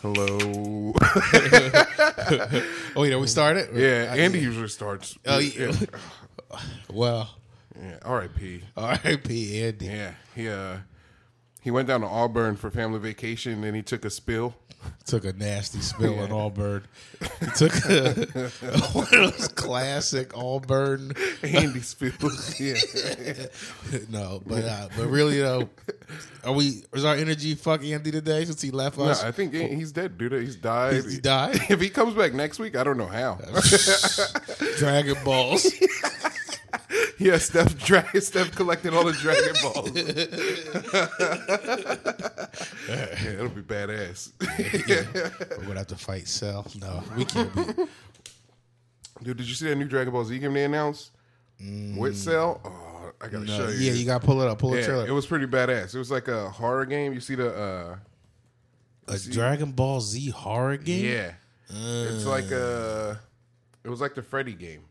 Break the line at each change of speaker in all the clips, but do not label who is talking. Hello.
Oh, you know, we started?
Yeah, Andy usually starts.
Oh, yeah. Well,
yeah. R.I.P.
R.I.P. Andy.
Yeah, he uh, he went down to Auburn for family vacation, and then he took a spill.
Took a nasty spill in Auburn. He took a, one of those classic Auburn.
Andy spills. Yeah,
no, but uh, but really though, are we? Is our energy fuck Andy today since he left
no,
us?
I think An- he's dead, dude. He's died.
He died?
If he comes back next week, I don't know how.
Dragon Balls.
yeah, Steph, dra- Steph collected all the Dragon Balls. yeah, it'll be badass.
We're gonna have to fight Cell. No, we can't. Be.
Dude, did you see that new Dragon Ball Z game they announced? With Cell? Oh, I gotta show
No.
you.
Yeah, you gotta pull it up. Pull the
Yeah,
trailer.
it was pretty badass. It was like a horror game. You see the uh
a Dragon Ball Z horror game.
yeah. It's like uh it was like the Freddy game.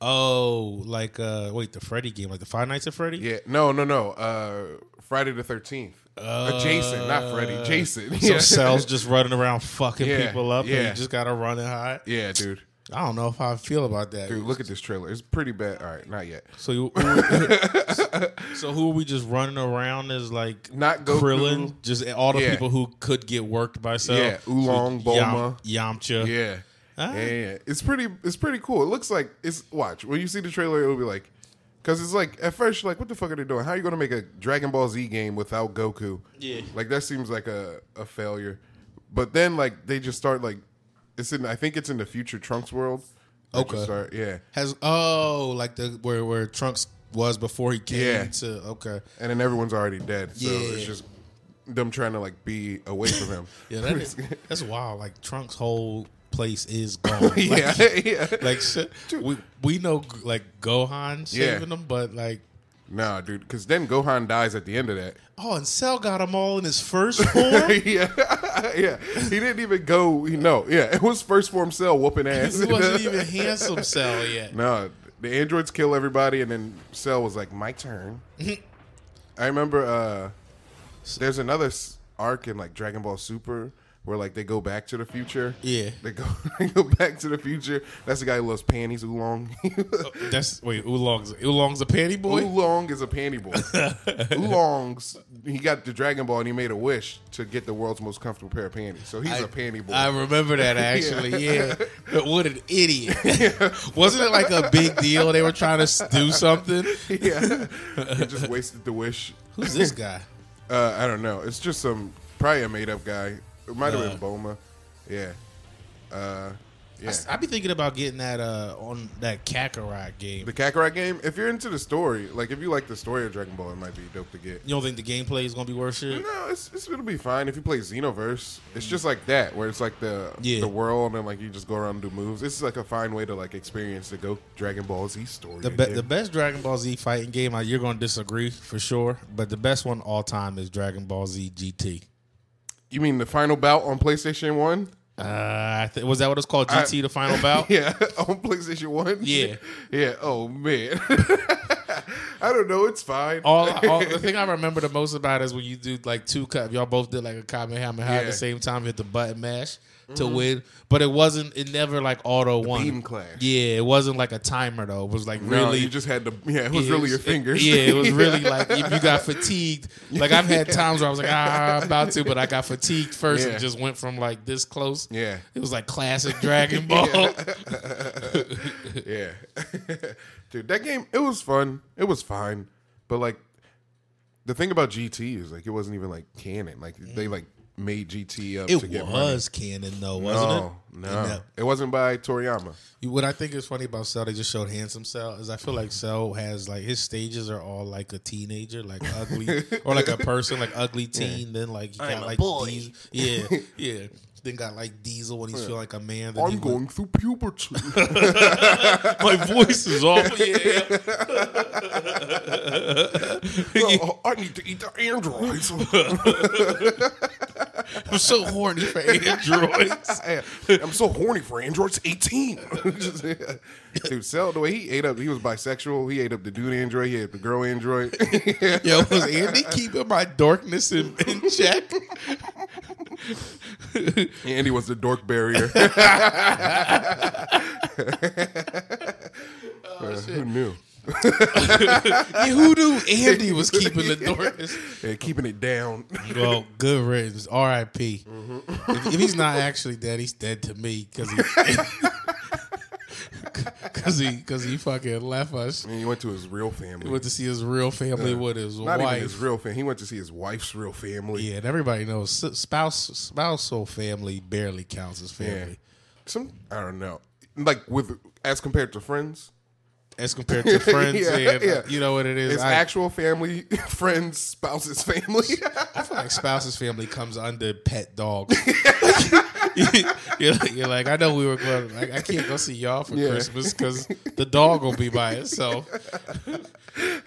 Oh, like uh, wait, the Freddy game, like the Five Nights at Freddy.
Yeah. No, no, no. Uh Friday the 13th. Uh, Jason, not Freddy. Jason.
So
Yeah.
Cell's just running around fucking
Yeah,
people up, and
yeah.
you just gotta run and hide.
yeah, dude.
I don't know if I feel about that.
Dude, look at this trailer. It's pretty bad. All right, not yet.
So, you, so who are we just running around as like
Not Goku.
Krillin? Just all the
Yeah.
people who could get worked by Cell.
Yeah, Oolong,
So Yam-
Bulma.
Yamcha.
Yeah.
Ah.
Yeah, yeah, yeah. It's pretty it's pretty cool. It looks like it's watch. When you see the trailer, it'll be like cuz it's like at first you're like what the fuck are they doing? How are you going to make a Dragon Ball Z game without Goku?
Yeah.
Like that seems like a a failure. But then like they just start like it's in I think it's in the future Trunks world. They just
Okay.
Start, yeah.
Has oh like the where where Trunks was before he came
Yeah.
to okay.
And then everyone's already dead. So
Yeah.
it's just them trying to like be away from him.
Yeah, that is, that's wild. Like Trunks' whole place is gone.
yeah.
Like,
yeah.
like shit. we we know like Gohan saving them, but like
nah, dude, cuz then Gohan dies at the end of that.
oh, and Cell got them all in his first form.
yeah, yeah. He didn't even go. He, no, yeah. It was first form cell whooping ass.
he wasn't even handsome Cell yet.
no, the androids kill everybody, and then Cell was like, "My turn." I remember. uh There's another s- arc in like Dragon Ball Super where like they go back to the future.
Yeah.
they go they go back to the future. That's the guy who loves panties. Oolong.
Oh, That's wait, Oolong's Oolong's a panty boy.
Oolong is a panty boy. Oolong's he got the Dragon Ball and he made a wish to get the world's most comfortable pair of panties. So he's a panty boy.
I remember that actually. yeah. But what an idiot! Wasn't it like a big deal? They were trying to s- do something.
yeah, he just wasted the wish.
Who's this guy?
Uh, I don't know. It's just some probably a made up guy. It might have been Boma. Yeah. Uh, yeah.
I'd be thinking about getting that uh on that Kakarot game.
the Kakarot game. If you're into the story, like if you like the story of Dragon Ball, it might be dope to get.
You don't think the gameplay is gonna be worth shit?
No, it's, it's it'll be fine if you play Xenoverse. It's just like that, where it's like the
Yeah.
the world and like you just go around and do moves. It's like a fine way to like experience the Go Dragon Ball Z story.
The, be- the best Dragon Ball Z fighting game, uh, you're going to disagree for sure, but the best one all time is Dragon Ball Z GT.
you mean the final bout on PlayStation One?
Uh, I th- was that what it's called? GT, the final bout?
Yeah, on PlayStation One.
Yeah.
yeah. Oh man, I don't know. It's fine.
All, all the thing I remember the most about is when you do like two cup, y'all both did like a Kamehameha at
Yeah.
the same time, hit the button mash to win, but it wasn't. It never like auto won.
beam clash.
Yeah, it wasn't like a timer though. It was like
No,
really
you just had to. Yeah, it was really your
It-
fingers.
yeah, it was really like if you got fatigued. Like I've had times where I was like, ah, I'm about to, but I got fatigued first
Yeah.
and just went from like this close.
Yeah.
It was like classic Dragon Ball.
yeah, dude, that game it was fun. It was fine, but like the thing about GT is like it wasn't even like canon. Like they like made GT up
Mm. It
to get money.
was canon though, wasn't
No,
it?
no,
And, uh,
it wasn't by Toriyama.
you- What I think is funny about Cell, they just showed handsome Cell, is I feel like Cell has like his stages are all like a teenager, like ugly, or like a person, like ugly teen. Then like he got like Diesel. yeah, yeah. Then got like Diesel when he's feeling like a man. Then he
I'm
went-
going through puberty.
My voice is off. Yeah,
Oh, I need to eat the androids.
I'm so horny for androids.
I am. I'm so horny for androids. 18. Just- Dude, Cell, the way he ate up, he was bisexual. He ate up the dude android. He ate up the girl android.
Yo, was Andy keeping my darkness in, in check?
Andy was the dork barrier.
Oh,
Uh, who knew?
Yeah, who knew Andy was keeping the darkness?
Yeah, keeping it down.
Well, good riddance. R.I.P. If, if he's not actually dead, he's dead to me because he. Cause he, cause he fucking left us.
And he went to his real family.
He went to see his real family with his
Not
wife.
even his real family. He went to see his wife's real family.
yeah, and everybody knows s- spouse spousal family barely counts as family
Some I don't know. Like with as compared to friends.
as compared to friends.
Yeah,
and, uh,
yeah.
you know what it is.
It's
I-
actual family, friends, spouse's family.
I feel like spouse's family comes under pet dog. you're, like, you're like, I know we were going. Like, I can't go see y'all for
Yeah.
Christmas because the dog will be by itself.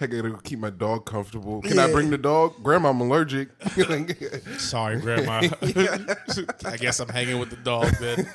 I gotta keep my dog comfortable. Can I bring the dog? Grandma, I'm allergic. Like,
Sorry, grandma. I guess I'm hanging with the dog then.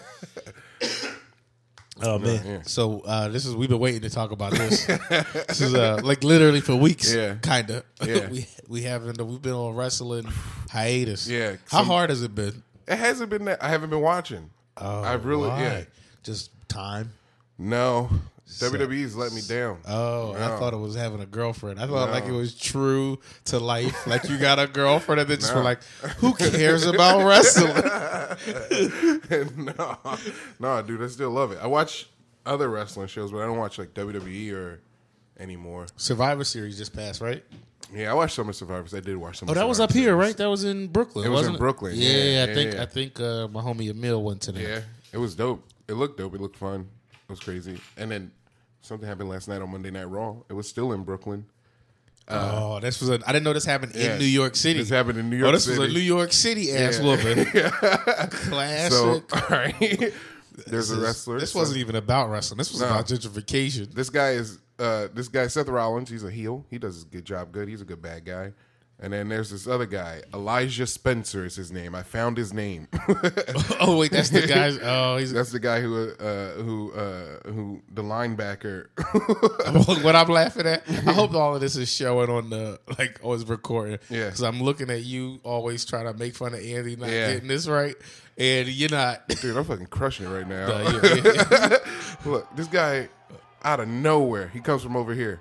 Oh man! So uh, this is we've been waiting to talk about this. this is uh, like literally for weeks,
Yeah.
kind of.
Yeah.
we we haven't we've been on wrestling hiatus.
Yeah,
How
some-
hard has it been?
it hasn't been that. I haven't been watching. I've really,
Oh, Why?
yeah.
Just time.
No. WWE's let me down.
Oh, I thought it was having a girlfriend. I thought like it was true to life. Like you got a girlfriend, and then just were like, who cares about wrestling?
no, no, dude, I still love it. I watch other wrestling shows, but I don't watch like WWE or anymore.
Survivor Series just passed, right?
Yeah, I watched Summer Survivors. I did watch Summer.
Oh, that was up
Survivor
here, right? That was in Brooklyn.
was in
wasn't
Brooklyn,
Yeah,
yeah,
I
yeah,
think
yeah.
I think uh, my homie Emil went to that.
Series. Yeah, it was dope. It looked dope. It looked fun. It was crazy. And then something happened last night on Monday Night Raw. It was still in Brooklyn.
oh, this was a, I didn't know this happened
Yeah.
in New York City.
This happened in New York
oh, this was
City.
a New York City ass whooping. Classic.
so, all right. There's a
This-
wrestler.
This
So-
wasn't even about wrestling. This was about gentrification.
This guy is uh, this guy Seth Rollins. He's a heel. He does his good job. Good. He's a good bad guy. And then there's this other guy, Elijah Spencer is his name. I found his name.
oh wait, that's the guy's. Oh, he's
That's the guy who uh, who uh, who the linebacker.
what I'm laughing at. I hope all of this is showing on the like on his recording.
Yeah.
because I'm looking at you always trying to make fun of Andy not
Yeah.
getting this right, and you're not.
Dude, I'm fucking crushing it right now.
Uh, yeah, yeah.
Look, this guy out of nowhere. He comes from over here.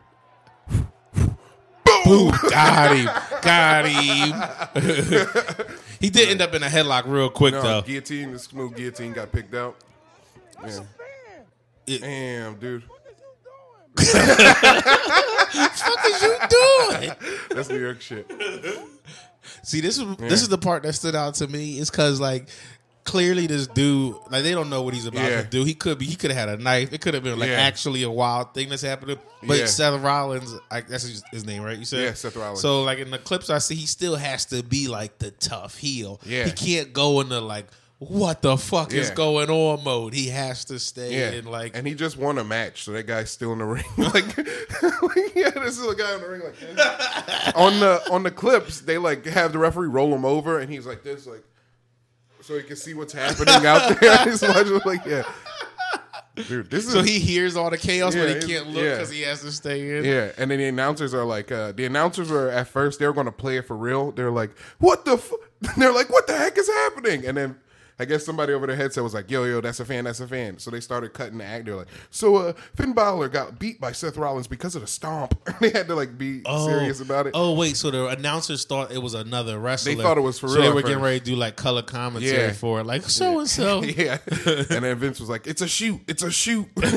Boom! Got him! Got him! he did end up in a headlock real quick
No,
though.
guillotine. The smooth guillotine got picked out. Yeah.
It-
Damn, dude.
What you doing?
That's New York shit.
See, this is this is the part that stood out to me is because like clearly this dude like they don't know what he's about
Yeah.
to do. He could be he could have had a knife. It could have been like
Yeah.
actually a wild thing that's happening. But
Yeah.
Seth Rollins, I, that's his, his name, right? You said
Yeah, Seth Rollins.
So like in the clips I see, he still has to be like the tough heel.
Yeah.
he can't go into like. What the fuck is
Yeah.
going on? Mode. He has to stay
Yeah,
in like
and he just won a match, so that guy's still in the ring. like, like, yeah, this is a guy in the ring like this. on the on the clips. They like have the referee roll him over, and he's like this, like so he can see what's happening out there. he's watching, like, yeah, dude, this is
So he hears all the chaos,
Yeah,
but
it's-
he can't look
yeah.
because he has to stay in.
Yeah, and then the announcers are like, uh, the announcers were at first they were going to play it for real. They're like, what the? F-? They're like, what the heck is happening? And then I guess somebody over their headset was like, yo, yo, that's a fan, that's a fan. So they started cutting the act. They're like, so uh, Finn Balor got beat by Seth Rollins because of the stomp. they had to like be serious about it.
Oh wait, so the announcers thought it was another wrestler.
They thought it was for
so
real
they
at
were getting
first.
ready to do like color commentary
Yeah.
for it, like so and so.
Yeah, and then Vince was like, "It's a shoot, it's a shoot," and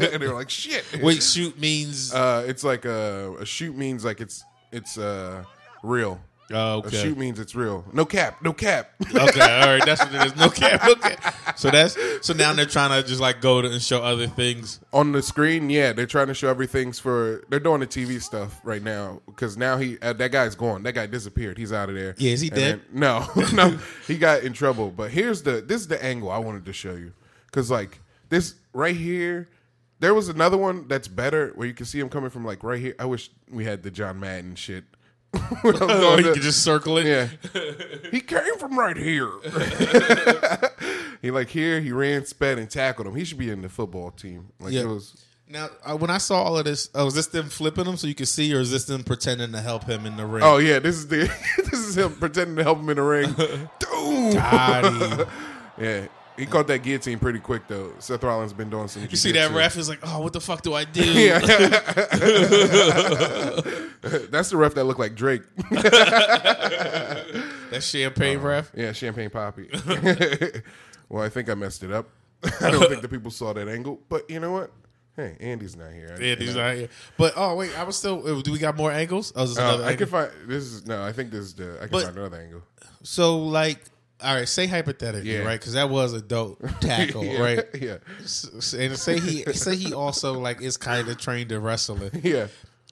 they were like, "Shit."
Wait, shoot means
uh, it's like a, a shoot means like it's it's uh, real.
oh,
A
okay.
shoot means it's real. No cap, no cap.
okay, all right, that's what it is. No cap, okay. So that's so now they're trying to just like go to and show other things.
on the screen, yeah, they're trying to show everything's for. They're doing the TV stuff right now because now he uh, that guy's gone. That guy disappeared. He's out of there.
Yeah, is he
And
dead?
then- no, no, he got in trouble. But here's the this is the angle I wanted to show you because like this right here, there was another one that's better where you can see him coming from like right here. I wish we had the John Madden shit when I'm
Oh,
going
he
to-
could just circle it.
yeah, he came from right here. he like here. He ran, sped, and tackled him. He should be in the football team. Like
Yeah.
it was.
Now, uh, when I saw all of this, oh, is this them flipping him so you could see, or is this them pretending to help him in the ring?
Oh yeah, this is the this is him pretending to help him in the ring.
Gotti.
Dude. yeah, he caught that guillotine pretty quick though. Seth Rollins been doing some.
you see that ref is like, oh, what the fuck do I do?
That's the ref that looked like Drake.
That champagne
Uh,
ref.
Yeah, Champagne Poppy. well, I think I messed it up. I don't think the people saw that angle, but you know what? Hey, Andy's not here. I-
Yeah,
you
he's
know.
not here. But oh wait, I was still. uh, Do we got more angles? Oh, is this
Uh,
another
I
angle?
can find this is no. I think this is the. I can
But-
find another angle.
so like, all right, say hypothetically,
Yeah.
right? Because that was a dope tackle,
yeah,
right?
Yeah,
S- s- And say he say he also like is kind of trained in wrestling.
yeah.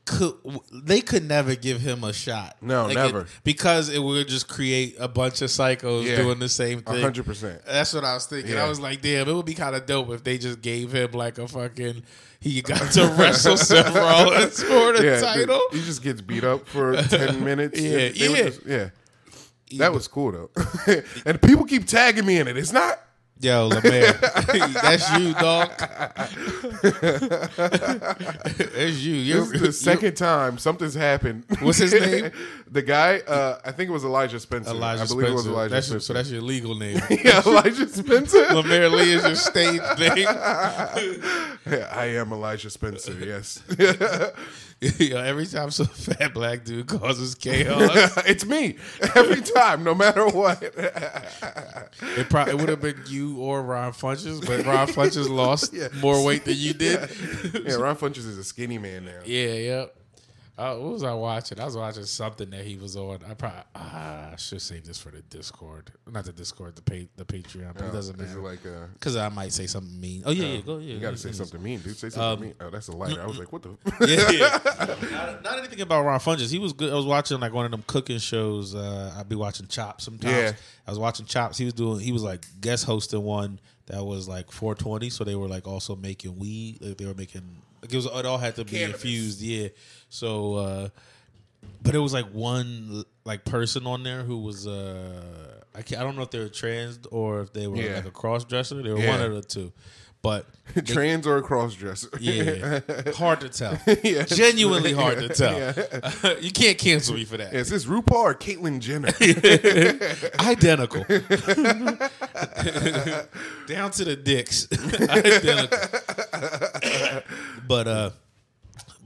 Could w- they could never give him a shot?
No,
Like,
never.
it- because it would just create a bunch of psychos
Yeah.
doing the same
A
thing.
hundred percent.
That's what I was thinking.
Yeah.
I was like, damn, it would be kind of dope if they just gave him like a fucking. He got to wrestle Seth Rollins for the
Yeah, dude,
title.
he just gets beat up for ten minutes. They
Yeah,
would
yeah.
just- yeah. That was cool though, and people keep tagging me in it. It's not.
Yo, Lemaire, that's you, dog. that's you. You're,
This is the
you're-
2nd time something's happened.
What's his name?
the guy. Uh, I think it was Elijah Spencer.
Elijah
I believe
Spencer.
it was Elijah
that's your,
Spencer.
so that's your legal name.
yeah, Elijah Spencer.
Lemaire Lee is your stage name.
Yeah, I am Elijah Spencer. Yes,
Yo, every time some fat black dude causes chaos,
it's me every time, no matter what.
it probably would have been you or Ron Funches, but Ron Funches lost
Yeah.
more weight than you did.
yeah, Ron Funches is a skinny man now.
Yeah, yep. Uh, what was I watching? I was watching something that he was on. I probably ah, I should save this for the Discord, not the Discord, the pa- the Patreon. But it doesn't
Is it
matter
like uh,
because I might say something mean. Oh yeah, yeah, go yeah. um,
you got to say something mean, dude? Say something mean. Oh, that's a lighter. I was like, what the?
Yeah, not, not anything about Ron Funches. He was good. I was watching like one of them cooking shows. Uh, I'd be watching Chops sometimes.
Yeah.
I was watching Chops. He was doing. He was like guest hosting one that was like 420. So they were like also making weed. Like they were making. Like it was. It all had to be
Cannabis.
infused. Yeah. So. uh but it was like one like person on there who was uh I, can't, I don't know if they were trans or if they were
Yeah.
like a cross dresser. They were
Yeah.
one of the two, but
Trans or a crossdresser?
yeah, hard to tell.
Yeah.
Genuinely hard to tell.
Yeah.
you can't cancel me for that.
Is this RuPaul or Caitlyn Jenner?
Identical. Down to the dicks. Identical. but uh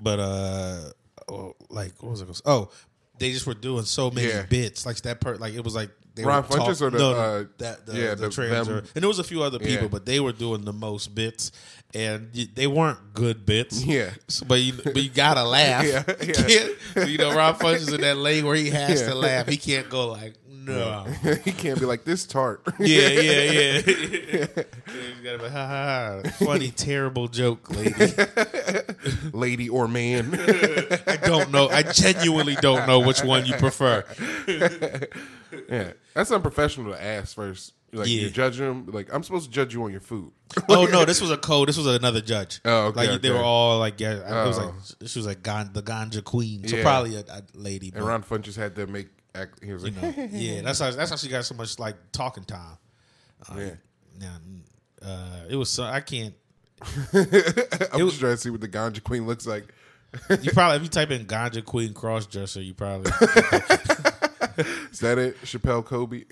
but uh oh, like what was it? gonna say? Oh, they just were doing so many
Yeah.
bits. Like that part like it was like they
Ron
were talk-
Funches or the,
no,
uh,
that the,
yeah,
the,
the-
trans
them-
or- and there was a few other people,
Yeah.
but they were doing the most bits, and y- they weren't good bits.
Yeah.
So- but you but you gotta laugh.
Yeah, yeah.
You can't- so, you know, Ron Funches in that lane where he has
Yeah.
to laugh. He can't go like no.
he can't be like this tart.
Yeah, yeah, yeah. He's gotta be, ha, ha, ha. Funny, terrible joke, lady.
lady or man.
I don't know. I genuinely don't know which one you prefer.
yeah, that's unprofessional to ask first. Like
Yeah.
you're judging them. Like I'm supposed to judge you on your food.
Oh no, this was a code. This was another judge.
Oh, okay,
like they
okay.
were all like, yeah, it was like
Oh.
she was like Gan- the ganja queen, so
Yeah.
probably a, a lady. But,
And Ron Funches had to make. Act, he was like,
you know, yeah, that's how that's how she got so much like talking time.
yeah.
Now, uh, it was so I can't.
I'm just trying to see what the ganja queen looks like.
You probably if you type in ganja queen crossdresser, you probably
Is that it, Chappelle Kobe?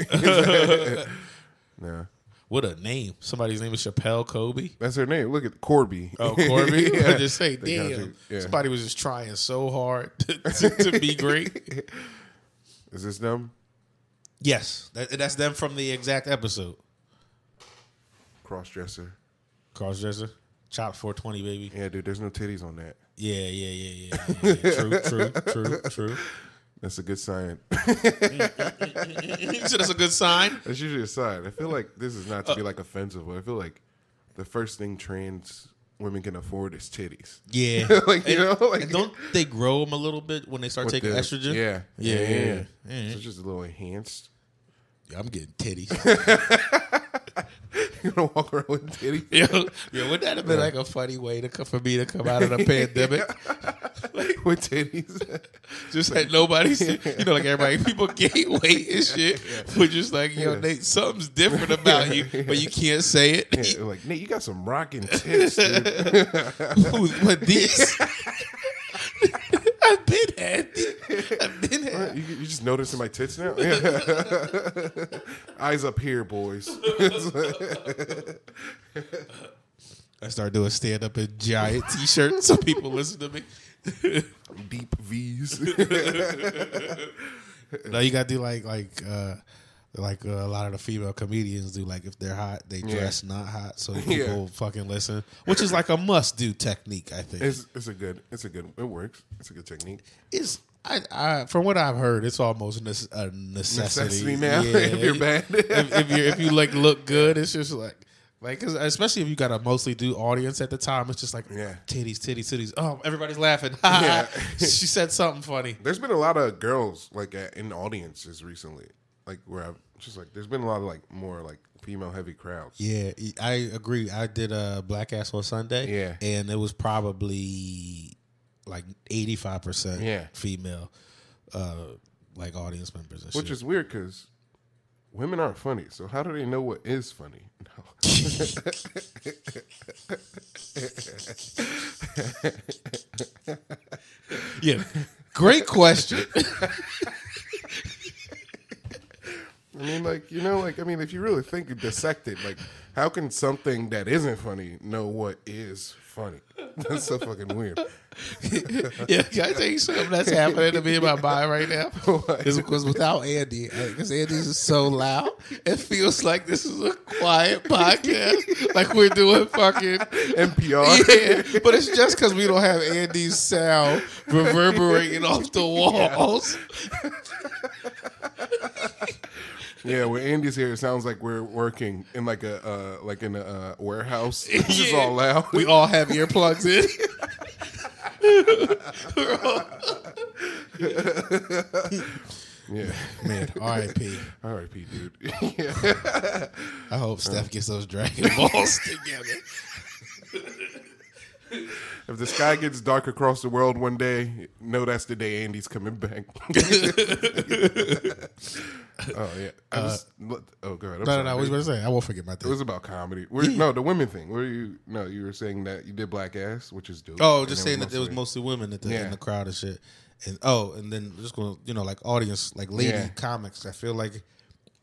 no,
what a name. Somebody's name is Chappelle Kobe.
that's her name. Look at Corby.
Oh, Corby? I
Yeah.
just say,
They
damn.
got you. Yeah.
Somebody was just trying so hard to, to, to be great.
Is this them?
yes, that, that's them from the exact episode.
Crossdresser.
Crossdresser, Chop 420, baby.
Yeah, dude. There's no titties on that.
Yeah, yeah, yeah, yeah. yeah, yeah. true, true, true, true.
That's a good sign.
so that's a good sign.
That's usually a sign. I feel like this is not to
Uh,
be like offensive, but I feel like the first thing trans women can afford is titties.
Yeah.
like you know, like
And don't they grow them a little bit when they start
with
taking
the-
estrogen?
Yeah,
Yeah, yeah, yeah. yeah.
So it's just a little enhanced.
Yeah, I'm getting titties.
you gonna walk around with titties?
Yo, yo, wouldn't that have been like a funny way to come, for me to come out of the pandemic?
with titties?
Just had nobody, see, you know, like everybody, people gain weight and shit. But just like, yo, Nate, something's different about you, but you can't say it.
Yeah, like Nate, you got some rocking tits, dude.
Who's what these? I've been had. these. I've been had.
You, you just noticing my tits now? Yeah. Eyes up here, boys.
I started doing stand up in giant t shirts so people listen to me.
Deep V's.
no, you gotta do like like uh like uh, a lot of the female comedians do. Like if they're hot, they dress not hot, so people fucking listen, which is like a must do technique. I think
it's, it's a good. It's a good. It works. It's a good technique.
it's I, I from what I've heard, it's almost nes- a
Necessity
necessity,
now.
Yeah.
if you're bad,
if, if you if you like look good, it's just like like 'cause especially if you got a mostly do audience at the time, it's just like
Yeah.
titties, titties, titties. Oh, everybody's laughing.
Yeah.
she said something funny.
There's been a lot of girls like at, in audiences recently, like where I've just like there's been a lot of like more like female heavy crowds.
Yeah, I agree. I did a black ass on Sunday.
Yeah.
and it was probably like eighty five percent.
Yeah.
female, uh, like audience members, and
Which
shit.
is weird because women aren't funny. So how do they know what is funny? No.
yeah. Great question.
I mean, like you know, like I mean, if you really think and dissect it, like how can something that isn't funny know what is funny? That's so fucking weird.
yeah, can I tell you something that's happening to me in my mind right now? It's because without Andy, because Andy's is so loud, it feels like this is a quiet podcast, like we're doing fucking.
NPR.
Yeah, but it's just because we don't have Andy's sound reverberating off the walls.
Yeah, when Andy's here, it sounds like we're working in like a uh, like in a uh, warehouse. It's just
Yeah.
all loud.
We all have earplugs in.
yeah.
Man, R.I.P.
R.I.P. Dude. yeah.
I hope Steph gets those Dragon Balls together.
If the sky gets dark across the world one day, know that's the day Andy's coming back. oh yeah. I just, oh god.
Uh, No, no, no. What was you about to say? I won't forget my
It
thing.
was about comedy. Where, No, the women thing. Where you? No, you were saying that you did black ass, which is dope.
Oh,
And
just
then
saying that there was mostly women at the,
Yeah.
in the crowd and shit. And oh, and then just going, to you know, like audience, like lady
Yeah.
comics. I feel like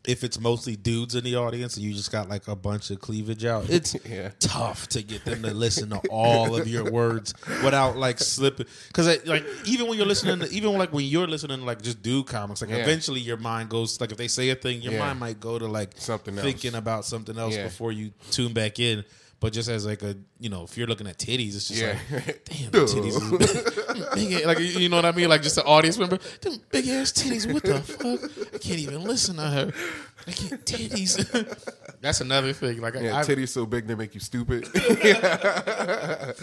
if it's mostly dudes in the audience and you just got like a bunch of cleavage out, it's
Yeah.
tough to get them to listen to all of your words without like slipping. Because like even when you're listening, to, even like when you're listening, to, like just dude comics, like
Yeah.
eventually your mind goes like if they say a thing, your
Yeah.
mind might go to like
Something else.
thinking about something else
Yeah.
before you tune back in. But just as like a you know, if you're looking at titties, it's just
Yeah.
like damn the titties. Is big, big ass- like you you know what I mean? Like just an audience member, them big ass titties. What the fuck? I can't even listen to her. I can't titties. That's another thing. Like
Yeah,
I,
titties so big they make you stupid.
it-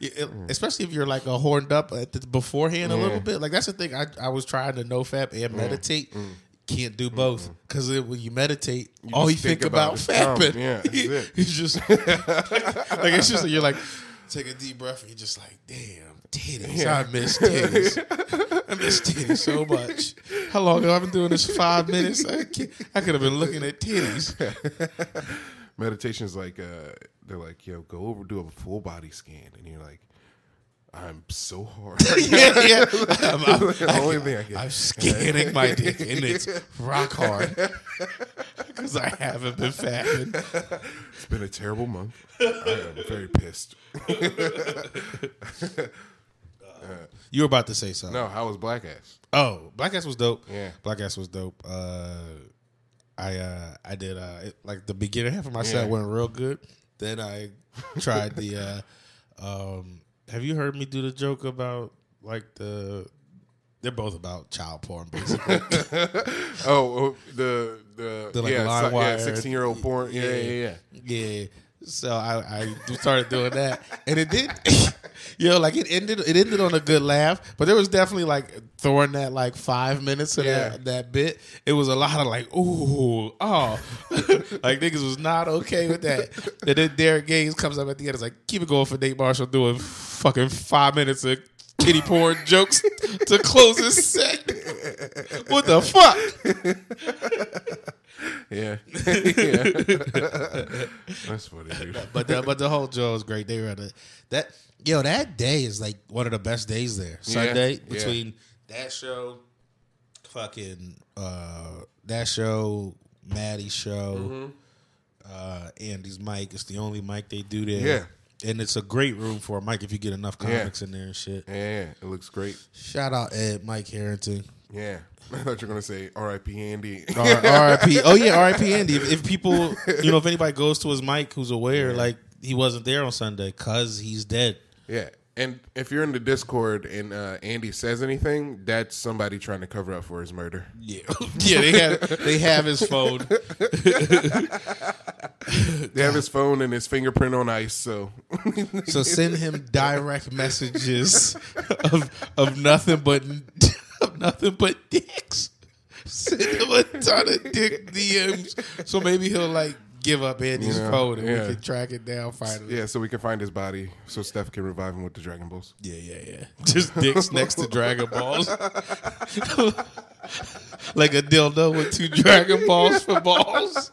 Mm.
especially if you're like a horned up at the, beforehand a little bit. Like that's the thing. I, I was trying to nofap and
Mm.
meditate. Can't do both because when you meditate, all
Mm-hmm.
you
just
think,
think
about,
about is
fapping.
cum. Yeah, that's it.
it's just like it's just you're like take a deep breath and you're just like damn titties. I miss titties. I miss titties so much. How long have I been doing this? Five minutes. I, can't- I could have been looking at titties.
Meditation's like uh, they're like, yo, go over do a full body scan, and you're like, I'm so hard.
yeah, yeah. I'm- I'm-
the only thing I get.
I'm scanning my dick and it's rock hard because I haven't been fattened.
It's been a terrible month. I am very pissed.
You were about to say something.
No, how was black ass?
Oh, Black Ass was dope.
Yeah.
Black Ass was dope. Uh, I uh, I did uh, it, like the beginning half of my set
Yeah.
went real good. Then I tried the. Uh, um, have you heard me do the joke about like the? They're both about child porn, basically.
Oh, oh, the the,
The, like,
yeah,
line
so- yeah,
wire.
sixteen year old porn. Yeah, yeah, yeah.
Yeah. So I, I started doing that, and it did. Yo, like it ended. It ended on a good laugh, but there was definitely like throwing that like five minutes of
Yeah.
that, that bit. It was a lot of like, ooh, oh, like niggas was not okay with that. and then Derek Gaines comes up at the end. It's like, keep it going for Nate Marshall doing fucking five minutes of kitty porn jokes to close his set. what the fuck?
Yeah. Yeah. That's funny, dude.
But the, but the whole Joe was great. They were at a, that yo that day is like one of the best days there. Sunday
Yeah.
between that show, fucking uh, that show, Maddie's show,
Mm-hmm.
uh, Andy's mic. It's the only mic they do there. Yeah, and it's a great room for a mic if you get enough comics in there and shit.
Yeah, it looks great.
Shout out Ed Mike Harrington.
Yeah. I thought you were gonna say R.I.P. Andy.
R- R.I.P. Oh yeah, R.I.P. Andy. If, if people, you know, if anybody goes to his mic who's aware, like he wasn't there on Sunday because he's dead.
yeah. And if you're in the Discord and uh, Andy says anything, that's somebody trying to cover up for his murder.
Yeah, yeah, they have they have his phone.
They have his phone and his fingerprint on ice, so
So send him direct messages of of nothing but of nothing but dicks. Send him a ton of dick DMs. So maybe he'll like give up Andy's
Yeah,
phone and
yeah.
we can track it down finally.
yeah, so we can find his body so Steph can revive him with the Dragon Balls.
Yeah, yeah, yeah. Just dicks next to Dragon Balls. like a dildo with two Dragon Balls for balls.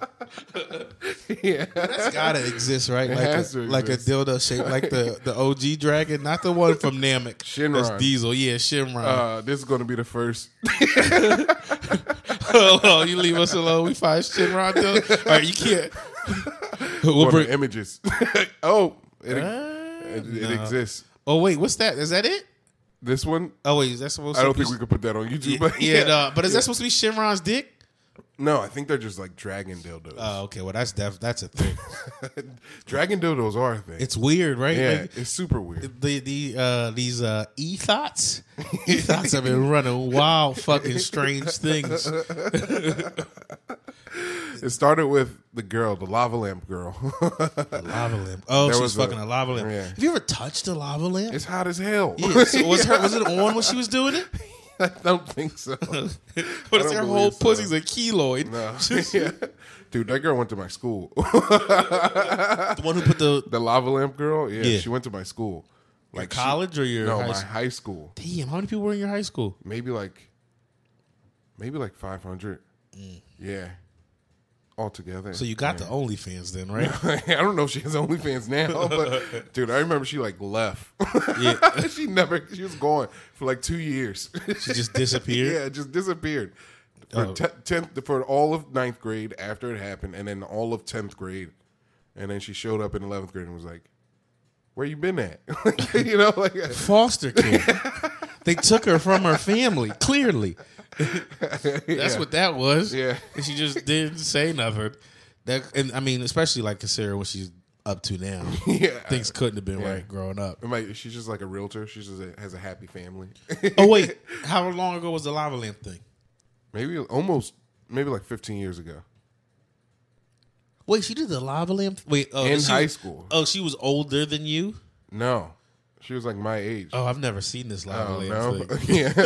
yeah.
That's gotta exist, right? Like,
has
a,
to
like a
exist.
dildo shape, like the the OG dragon, not the one from Namek.
Shinron.
That's Diesel. Yeah, Shinron.
Uh, this is gonna be the first
Hello, you leave us alone. We find Shinron dildo. All right, you can't. We'll
one of the
bring.
images. oh, it,
Ah,
it, it
no.
exists.
Oh wait, what's that? Is that it?
This one,
Oh wait, is that supposed?
I
to
don't
be-
think we could put that on YouTube.
Yeah,
but
yeah, no, but is that supposed to be Shinron's dick?
No, I think they're just like dragon dildos.
Oh, okay. Well, that's def- that's a thing.
dragon dildos are a thing.
It's weird, right?
yeah,
Like,
it's super weird.
the the uh these uh e thoughts e thoughts have been running wild fucking strange things
It started with the girl, the lava lamp girl.
lava lamp. Oh,
There
she
was
was fucking
a-
a, lava lamp.
yeah.
Have you ever touched a lava lamp?
it's hot as hell.
Yeah, so was her was it on when she was doing it?
I don't think so.
What
I
is
don't
her
believe
whole
so.
pussy's a keloid?
No. yeah. Dude, that girl went to my school.
The one who put the
the lava lamp girl, yeah,
Yeah.
she went to my school. Like she-
college or your
no,
high
my
school?
high school.
Damn, how many people were in your high school?
Maybe like maybe like five hundred. Yeah. Altogether.
Mm. So you got the OnlyFans then, right?
I don't know if she has OnlyFans now, but dude, I remember she like left.
Yeah.
she never. She was gone for like two years.
She just disappeared.
yeah, it just disappeared for
Oh.
te- tenth for all of ninth grade after it happened, and then all of tenth grade, and then she showed up in eleventh grade and was like, "Where you been at?" you know, like
Foster care. they took her from her family. Clearly, that's
Yeah.
what that was.
Yeah.
and she just didn't say nothing. That and I mean, especially like considering what she's up to now.
yeah.
Things couldn't have been
Yeah.
right growing up.
I'm like, she's just like a realtor. She just a, has a happy family.
Oh wait, how long ago was the lava lamp thing?
maybe almost, maybe like 15 years ago.
Wait, she did the lava lamp. Wait, oh,
In
she-
high school.
Oh, she was older than you.
No, she was like my age.
Oh, I've never seen this lava
Oh,
lamp
no.
thing.
yeah.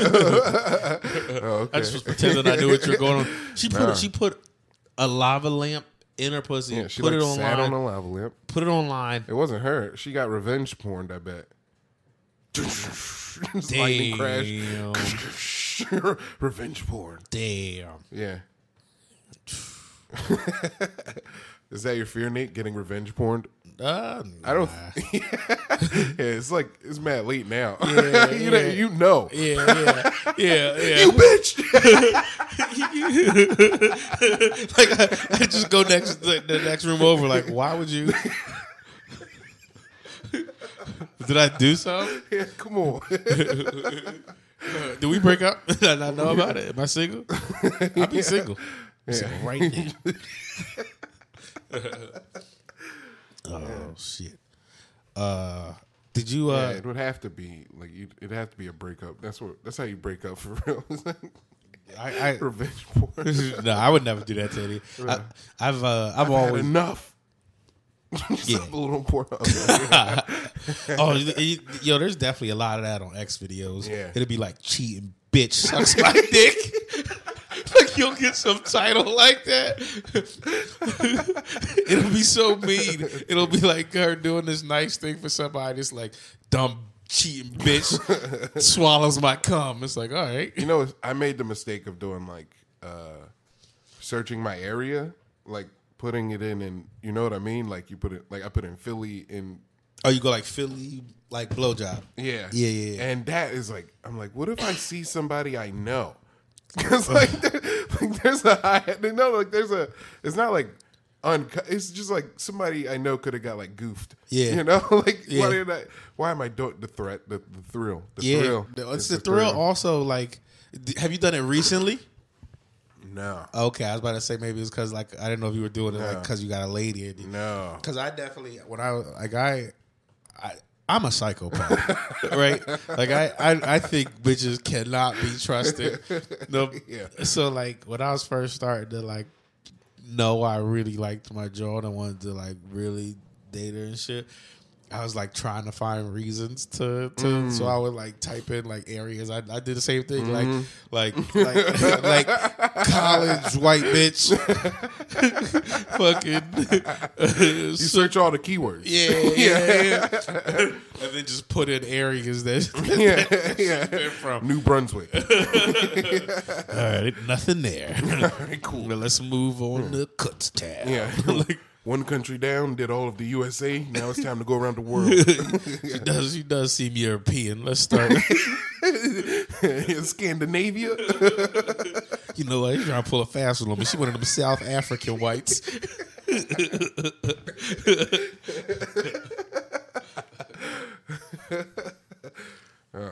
Oh,
I just was pretending I knew what you were going on. She put she put a lava lamp in her pussy.
Yeah, she
put
like
it online.
sat on a lava lamp.
put it online.
It wasn't her. She got revenge porned, I bet. Just Lightning crash.
Damn.
revenge porn.
Damn.
Yeah. Is that your fear, Nate? Getting revenge porned?
Uh,
I don't. yeah, it's like it's mad late now.
Yeah,
you know,
yeah.
you know,
yeah, yeah, yeah, yeah.
you bitch.
like I, I just go next the, the next room over. Like, why would you? Did I do something?
yeah, come on.
Did we break up? Did I not know about it? Am I single? I be single. I'm single right now. oh shit! Uh, did you?
Yeah,
Uh,
it would have to be like you. It'd have to be a breakup. That's what. That's how you break up for real. It's like
I, I
revenge porn.
no, I would never do that to any. I, I've uh, I've
Had
always
enough. Just
Yeah.
a little more. of it.
oh, you- you- yo, there's definitely a lot of that on X videos.
Yeah.
It'll be like cheating bitch sucks my dick. like you'll get some title like that. It'll be so mean. It'll be like her doing this nice thing for somebody. It's like dumb cheating bitch swallows my cum. It's like all right.
You know, I made the mistake of doing like uh searching my area, like putting it in, and you know what I mean. Like you put it, like I put in Philly, in
Oh, you go like Philly, like blowjob.
yeah,
Yeah, yeah, yeah.
And that is like, I'm like, what if I see somebody I know? Because like, there- like, there's a high, no, like there's a, it's not like. Unco- it's just like somebody I know could have got like goofed.
Yeah.
you know, like
Yeah.
why did I? Why am I doing the threat, the, the thrill, the
Yeah,
thrill?
The- it's, the thrill. Also, like, d- have you done it recently?
No,
Okay, I was about to say maybe it's because like I didn't know if you were doing it like because you got a lady.
no.
Because I definitely when I like I, I I'm a psychopath, right? Like I, I I think bitches cannot be trusted. No,
Yeah.
so like when I was first starting to like know I really liked my girl and wanted to like really date her and shit. I was like trying to find reasons to, to so I would like type in like areas. I, I did the same thing, like like like like college white bitch, fucking
You search all the keywords.
yeah, yeah, yeah. and then just put in areas that
yeah, yeah.
from.
New Brunswick.
All right, nothing there. cool. Hmm. let's move on to Cuts tab.
Yeah.
like
One country down, did all of the USA. Now it's time to go around the world.
she does. She does seem European. Let's start.
Scandinavia.
you know what? He's trying to pull a fast one on me. She one of them South African whites. I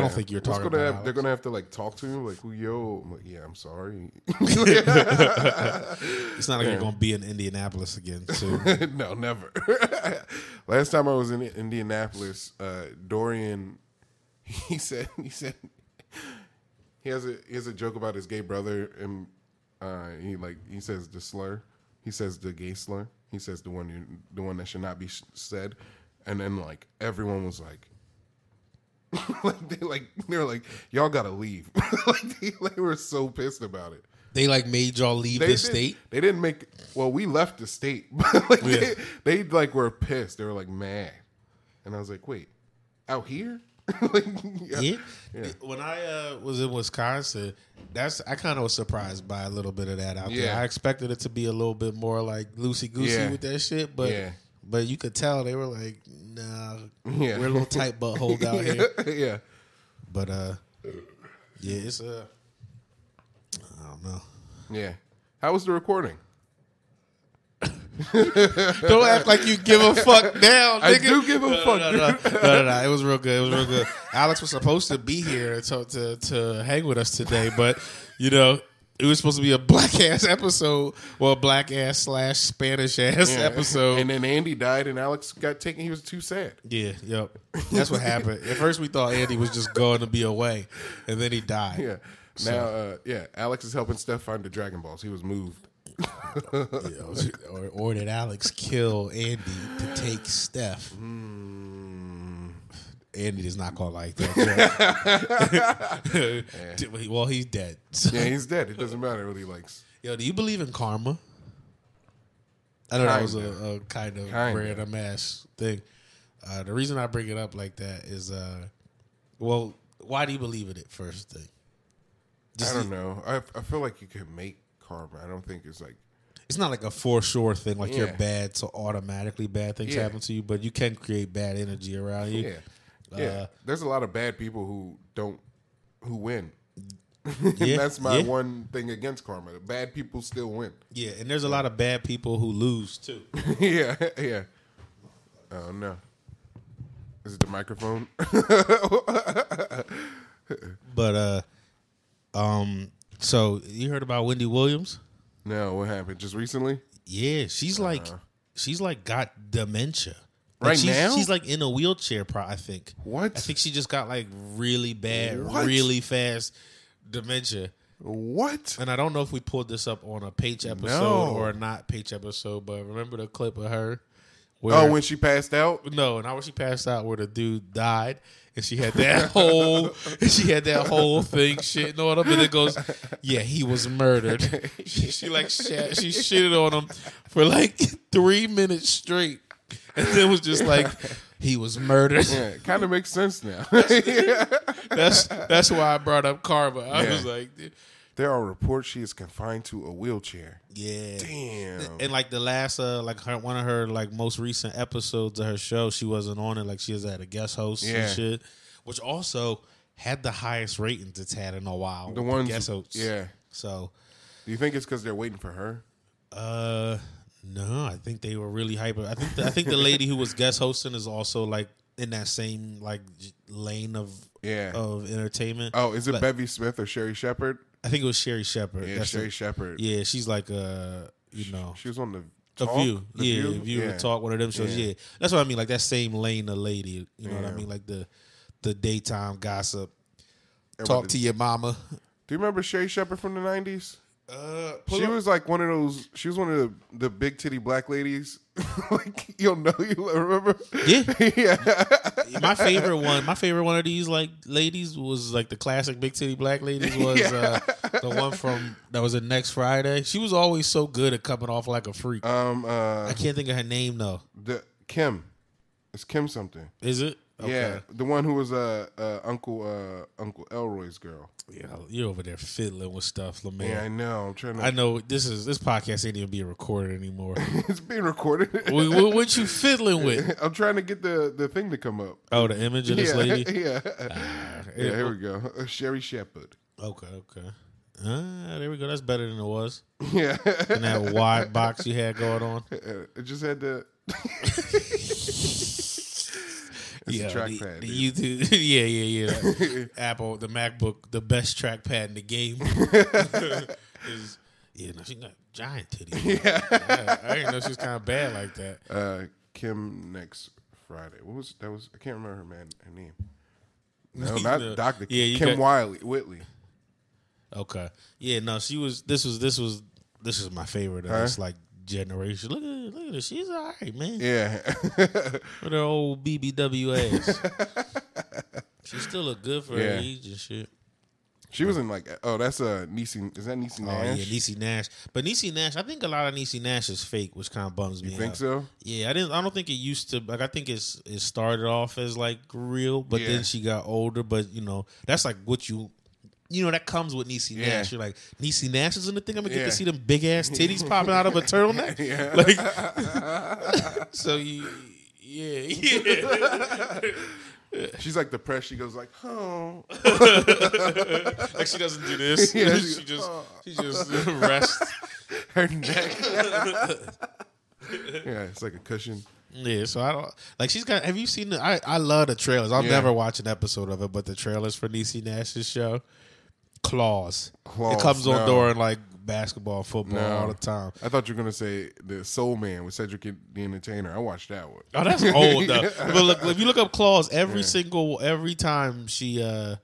don't think you're
What's
talking
gonna
about.
have, they're gonna have to like talk to him, like, "Ooh, yo, I'm like, yeah, I'm sorry.
it's not like you're going to be in Indianapolis again soon.
no, never. Last time I was in Indianapolis, uh, Dorian, he said, he said, he has a he has a joke about his gay brother, and uh, he like he says the slur, he says the gay slur, he says the one you, the one that should not be sh- said, and then like everyone was like. like they like they were like y'all gotta leave like they, they were so pissed about it
they like made y'all leave the
didn't-
state.
They didn't make. Well, we left the state, but like
Yeah.
they, they like were pissed. They were like mad, and I was like, wait, out here? like, yeah.
Yeah. When I uh, was in Wisconsin, that's I kind of was surprised by a little bit of that out there.
Yeah.
I expected it to be a little bit more like loosey goosey
Yeah.
with that shit, but
Yeah.
but you could tell they were like, nah,
Yeah.
we're a little tight butthole out
yeah,
here.
yeah.
But uh, yeah, it's uh, I don't know.
yeah. How was the recording?
Don't act like you give a fuck now, nigga.
I do give a fuck.
No, no, no, no, no, no. It was real good. It was real good. Alex was supposed to be here to, to to hang with us today, but you know. It was supposed to be a black ass episode, well, black ass slash Spanish ass
Yeah.
episode.
And then Andy died, and Alex got taken. He was too sad.
yeah, yep, that's what happened. At first, we thought Andy was just going to be away, and then he died.
Yeah. Now, uh, yeah, Alex is helping Steph find the Dragon Balls. He was moved.
You know, or, or did Alex kill Andy to take Steph? Mm. Andy does not call like that. Joe. Well, he's dead.
Yeah, he's dead. It doesn't matter what he likes.
Yo, do you believe in karma? I know that was a,
Kinda.
a kind of
Kinda.
random ass thing. Uh, the reason I bring it up like that is, uh, well, why do you believe in it? First thing,
I
Just-
don't know. I, I feel like you can make karma. I don't think it's like
it's not like a for sure thing. Like you're
Yeah.
bad, so automatically bad things
Yeah.
happen to you. But you can create bad energy around you.
Yeah. Yeah. Uh, There's a lot of bad people who don't who win.
Yeah,
That's my
yeah.
one thing against karma. The bad people still win.
Yeah, and there's a lot of bad people who lose too.
yeah, yeah. Oh no. Is it the microphone?
But uh um so you heard about Wendy Williams?
no, what happened? Just recently?
Yeah, she's like she's like got dementia. Like,
Uh-huh. Right
she's,
now?
she's like in a wheelchair. Pro, I think.
What?
I think she just got like really bad,
What?
really fast dementia.
What?
And I don't know if we pulled this up on a page episode
No.
or a not page episode, but remember the clip of her Where,
Oh, when she passed out.
no, not when she passed out, where the dude died, and she had that whole, she had that whole thing, shit, and all up, and it goes, yeah, he was murdered. She, she like, sh- she shitted on him for like three minutes straight, and then was just like, he was murdered.
Yeah, kind of makes sense now.
That's that's why I brought up karma. I
Yeah.
was like, dude,
there are reports she is confined to a wheelchair.
yeah.
Damn.
And like the last, uh, like her one of her like most recent episodes of her show, she wasn't on it. Like she was at a guest host
Yeah.
and shit, which also had the highest ratings it's had in a while.
The
with
ones,
guest hosts,
yeah.
So,
Do you think it's because they're waiting for her?
uh, no, I think they were really hyper. I think the, I think the lady who was guest hosting is also like in that same like j- lane of
Yeah.
of entertainment.
Oh, is it
But-
Bevy Smith or Sherry Shepard?
I think it was Sherry Shepard.
Yeah,
That's
Sherry
it.
Shepard.
Yeah, she's like uh, you know,
She was on the
A
Talk?
view,
The
yeah, view, view
Yeah.
the talk, one of them shows,
Yeah.
yeah. That's what I mean, like that same lane of lady, you know what I
Yeah.
mean, like the the daytime gossip,
Everybody-
talk to your mama.
Do you remember Sherry Shepard from the nineties?
Uh,
She was like one of those. She was one of the, the big titty black ladies. like you'll know you remember.
yeah,
yeah,
my favorite one, my favorite one of these like ladies was like the classic big titty black ladies was uh, the one from that was in next Friday. She was always so good at coming off like a freak.
um, uh,
I can't think of her name though.
the Kim, it's Kim something.
Is it?
Yeah, the one who was uh, uh Uncle uh Uncle Elroy's girl.
yeah, you're over there fiddling with stuff, Lamar.
Yeah, I know. I'm trying to.
I know this is this podcast ain't even being recorded anymore.
it's being recorded.
what, what, what you fiddling with?
I'm trying to get the the thing to come up.
Oh, the image of this
yeah,
lady. Ah,
yeah. yeah. Here
It-
we go. Uh, Sherry Shepard.
okay, okay. Ah, there we go. That's better than it was.
Yeah,
And that wide box you had going on.
it just had to.
yeah,
trackpad,
the, the YouTube. yeah, yeah, yeah. Apple, the MacBook, the best trackpad in the game. Is- yeah, no, she got giant titties. Yeah. I didn't know she was kind of bad like that.
Uh, Kim next Friday. What was that? Was I can't remember her man her name. No,
No.
not Doctor.
Yeah, you
Kim
got-
Wiley Whitley.
Okay. Yeah, no, she was. This was. This was. This is my favorite of this like generation. Look at look at her. She's all right, man.
Yeah,
With her old BBW ass. she still look good for
Yeah.
her age and shit.
she was in like oh that's a uh, Niecy. Is that Niecy
Oh yeah,
Nash?
Niecy Nash. But Niecy Nash, I think a lot of Niecy Nash is fake, which kind of bums me.
you think
out.
so?
Yeah, I didn't. I don't think it used to. Like, I think it's it started off as like real, but
Yeah.
then she got older. But you know, that's like what you, you know, that comes with Niecy
Yeah.
Nash. You're like Niecy Nash is in the thing. I'm gonna get
Yeah.
to see them big ass titties popping out of a turtleneck.
Yeah.
Like, so you, yeah, yeah.
She's like depressed. She goes like, oh,
like she doesn't do this.
Yeah, she-
she just she just rests.
her neck. yeah, it's like a cushion.
Yeah, so I don't like she's got. Have you seen? The, I I love the trailers. I'll
Yeah.
never watch an episode of it, but the trailers for Niecy Nash's show, Claws.
Claws,
It comes on
no.
during like basketball, football,
No.
all the time.
I thought you were gonna say the Soul Man with Cedric the Entertainer. I watched that one.
Oh, that's old though. But look, if you look up Claws, every single every time she uh.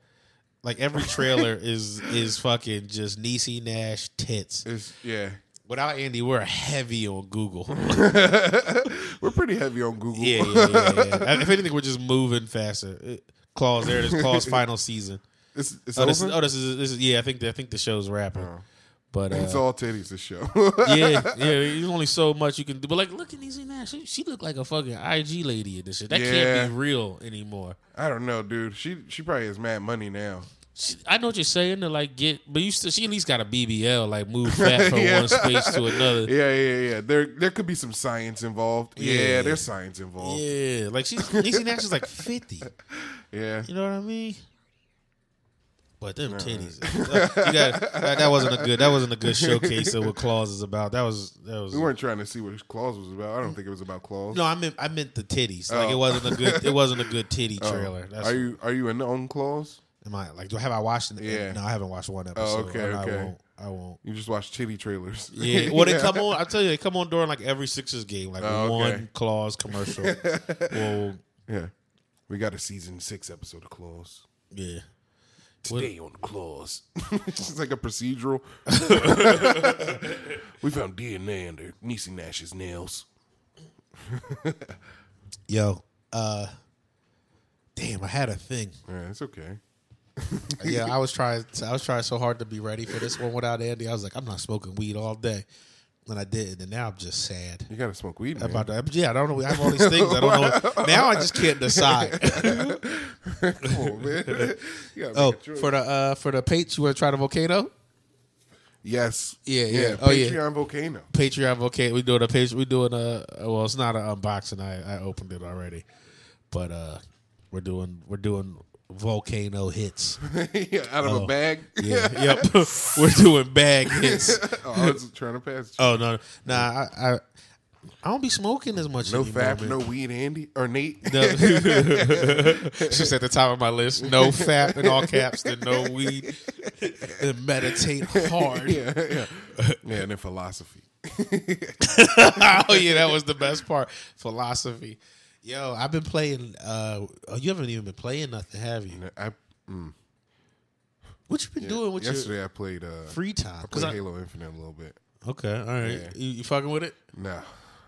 Like every trailer is is fucking just Niecy Nash tits.
It's yeah.
Without Andy, we're heavy on Google.
We're pretty heavy on Google.
Yeah, yeah, yeah, yeah. if anything, we're just moving faster. It- Claws, there it is. Claws final season.
It's, it's
Oh, this is,
over? Oh.
oh, this is this is yeah. I think the, I think the show's wrapping, but
It's
uh,
all titties. This show.
yeah, yeah. There's only so much you can do. But like, look at Niecy Nash. She, she looked like a fucking IG lady in this shit. That
Yeah.
can't be real anymore.
I don't know, dude. She she probably has mad money now.
She, I know what you're saying to like get, but you still she at least got a BBL. Like move fat from
Yeah.
one space to another. Yeah.
Yeah, yeah, yeah. There there could be some science involved. Yeah,
Yeah.
there's science involved.
like she's Niecy Nash is like fifty.
Yeah.
You know what I mean? But them titties. You got- that, that wasn't a good. That wasn't a good showcase of what Claws is about. That was that was.
We weren't trying to see what his claws was about. I don't think it was about claws.
No, I meant I meant the titties. Like
Oh.
it wasn't a good it wasn't a good titty trailer. That's
Um, Are you are you in on claws?
am I like do have I watched it?
Yeah. Oh,
No, I haven't watched one episode.
okay,
and
okay.
I won't I won't.
You just watch titty trailers.
Yeah. Well they come on I tell you, they come on during like every Sixers game, like
Oh, okay.
one clause commercial. well
Yeah. We got a season six episode of Claws.
yeah.
Today on Claws. it's like a procedural. we found DNA under Niecy Nash's nails.
Yo, uh, damn, I had a thing.
Yeah, it's okay.
yeah, I was trying. I was trying so hard to be ready for this one without Andy. I was like, I'm not smoking weed all day, and I did. And now I'm just sad
You gotta smoke weed, man.
about that. But yeah, I don't know. I have all these things. I don't know. Now I just can't decide.
Come on, man. You gotta make
oh,
a choice.
for the uh for the page, you want to try the volcano?
yes,
Yeah, yeah.
Patreon
Oh, yeah.
volcano.
Patreon volcano. We doing a page. We doing a well. It's not an unboxing. I I opened it already, but uh, we're doing we're doing volcano hits.
yeah, out
Oh.
of a bag.
Yeah, yep. we're doing bag hits.
oh, I was trying to pass. you.
Oh no, nah. I I, I don't be smoking as much.
no
anymore,
fab,
man.
no weed, Andy or Nate.
No. it's just at the top of my list. No fat in all caps. Then no weed. and meditate hard.
yeah, yeah, yeah. And then philosophy.
oh yeah, that was the best part. Philosophy. Yo, I've been playing. uh oh, You haven't even been playing nothing, have you?
I
What you been doing with your
yesterday I played uh,
free time? 'Cause
played
I-
Halo Infinite a little bit.
okay, all right. You, you fucking with it?
No,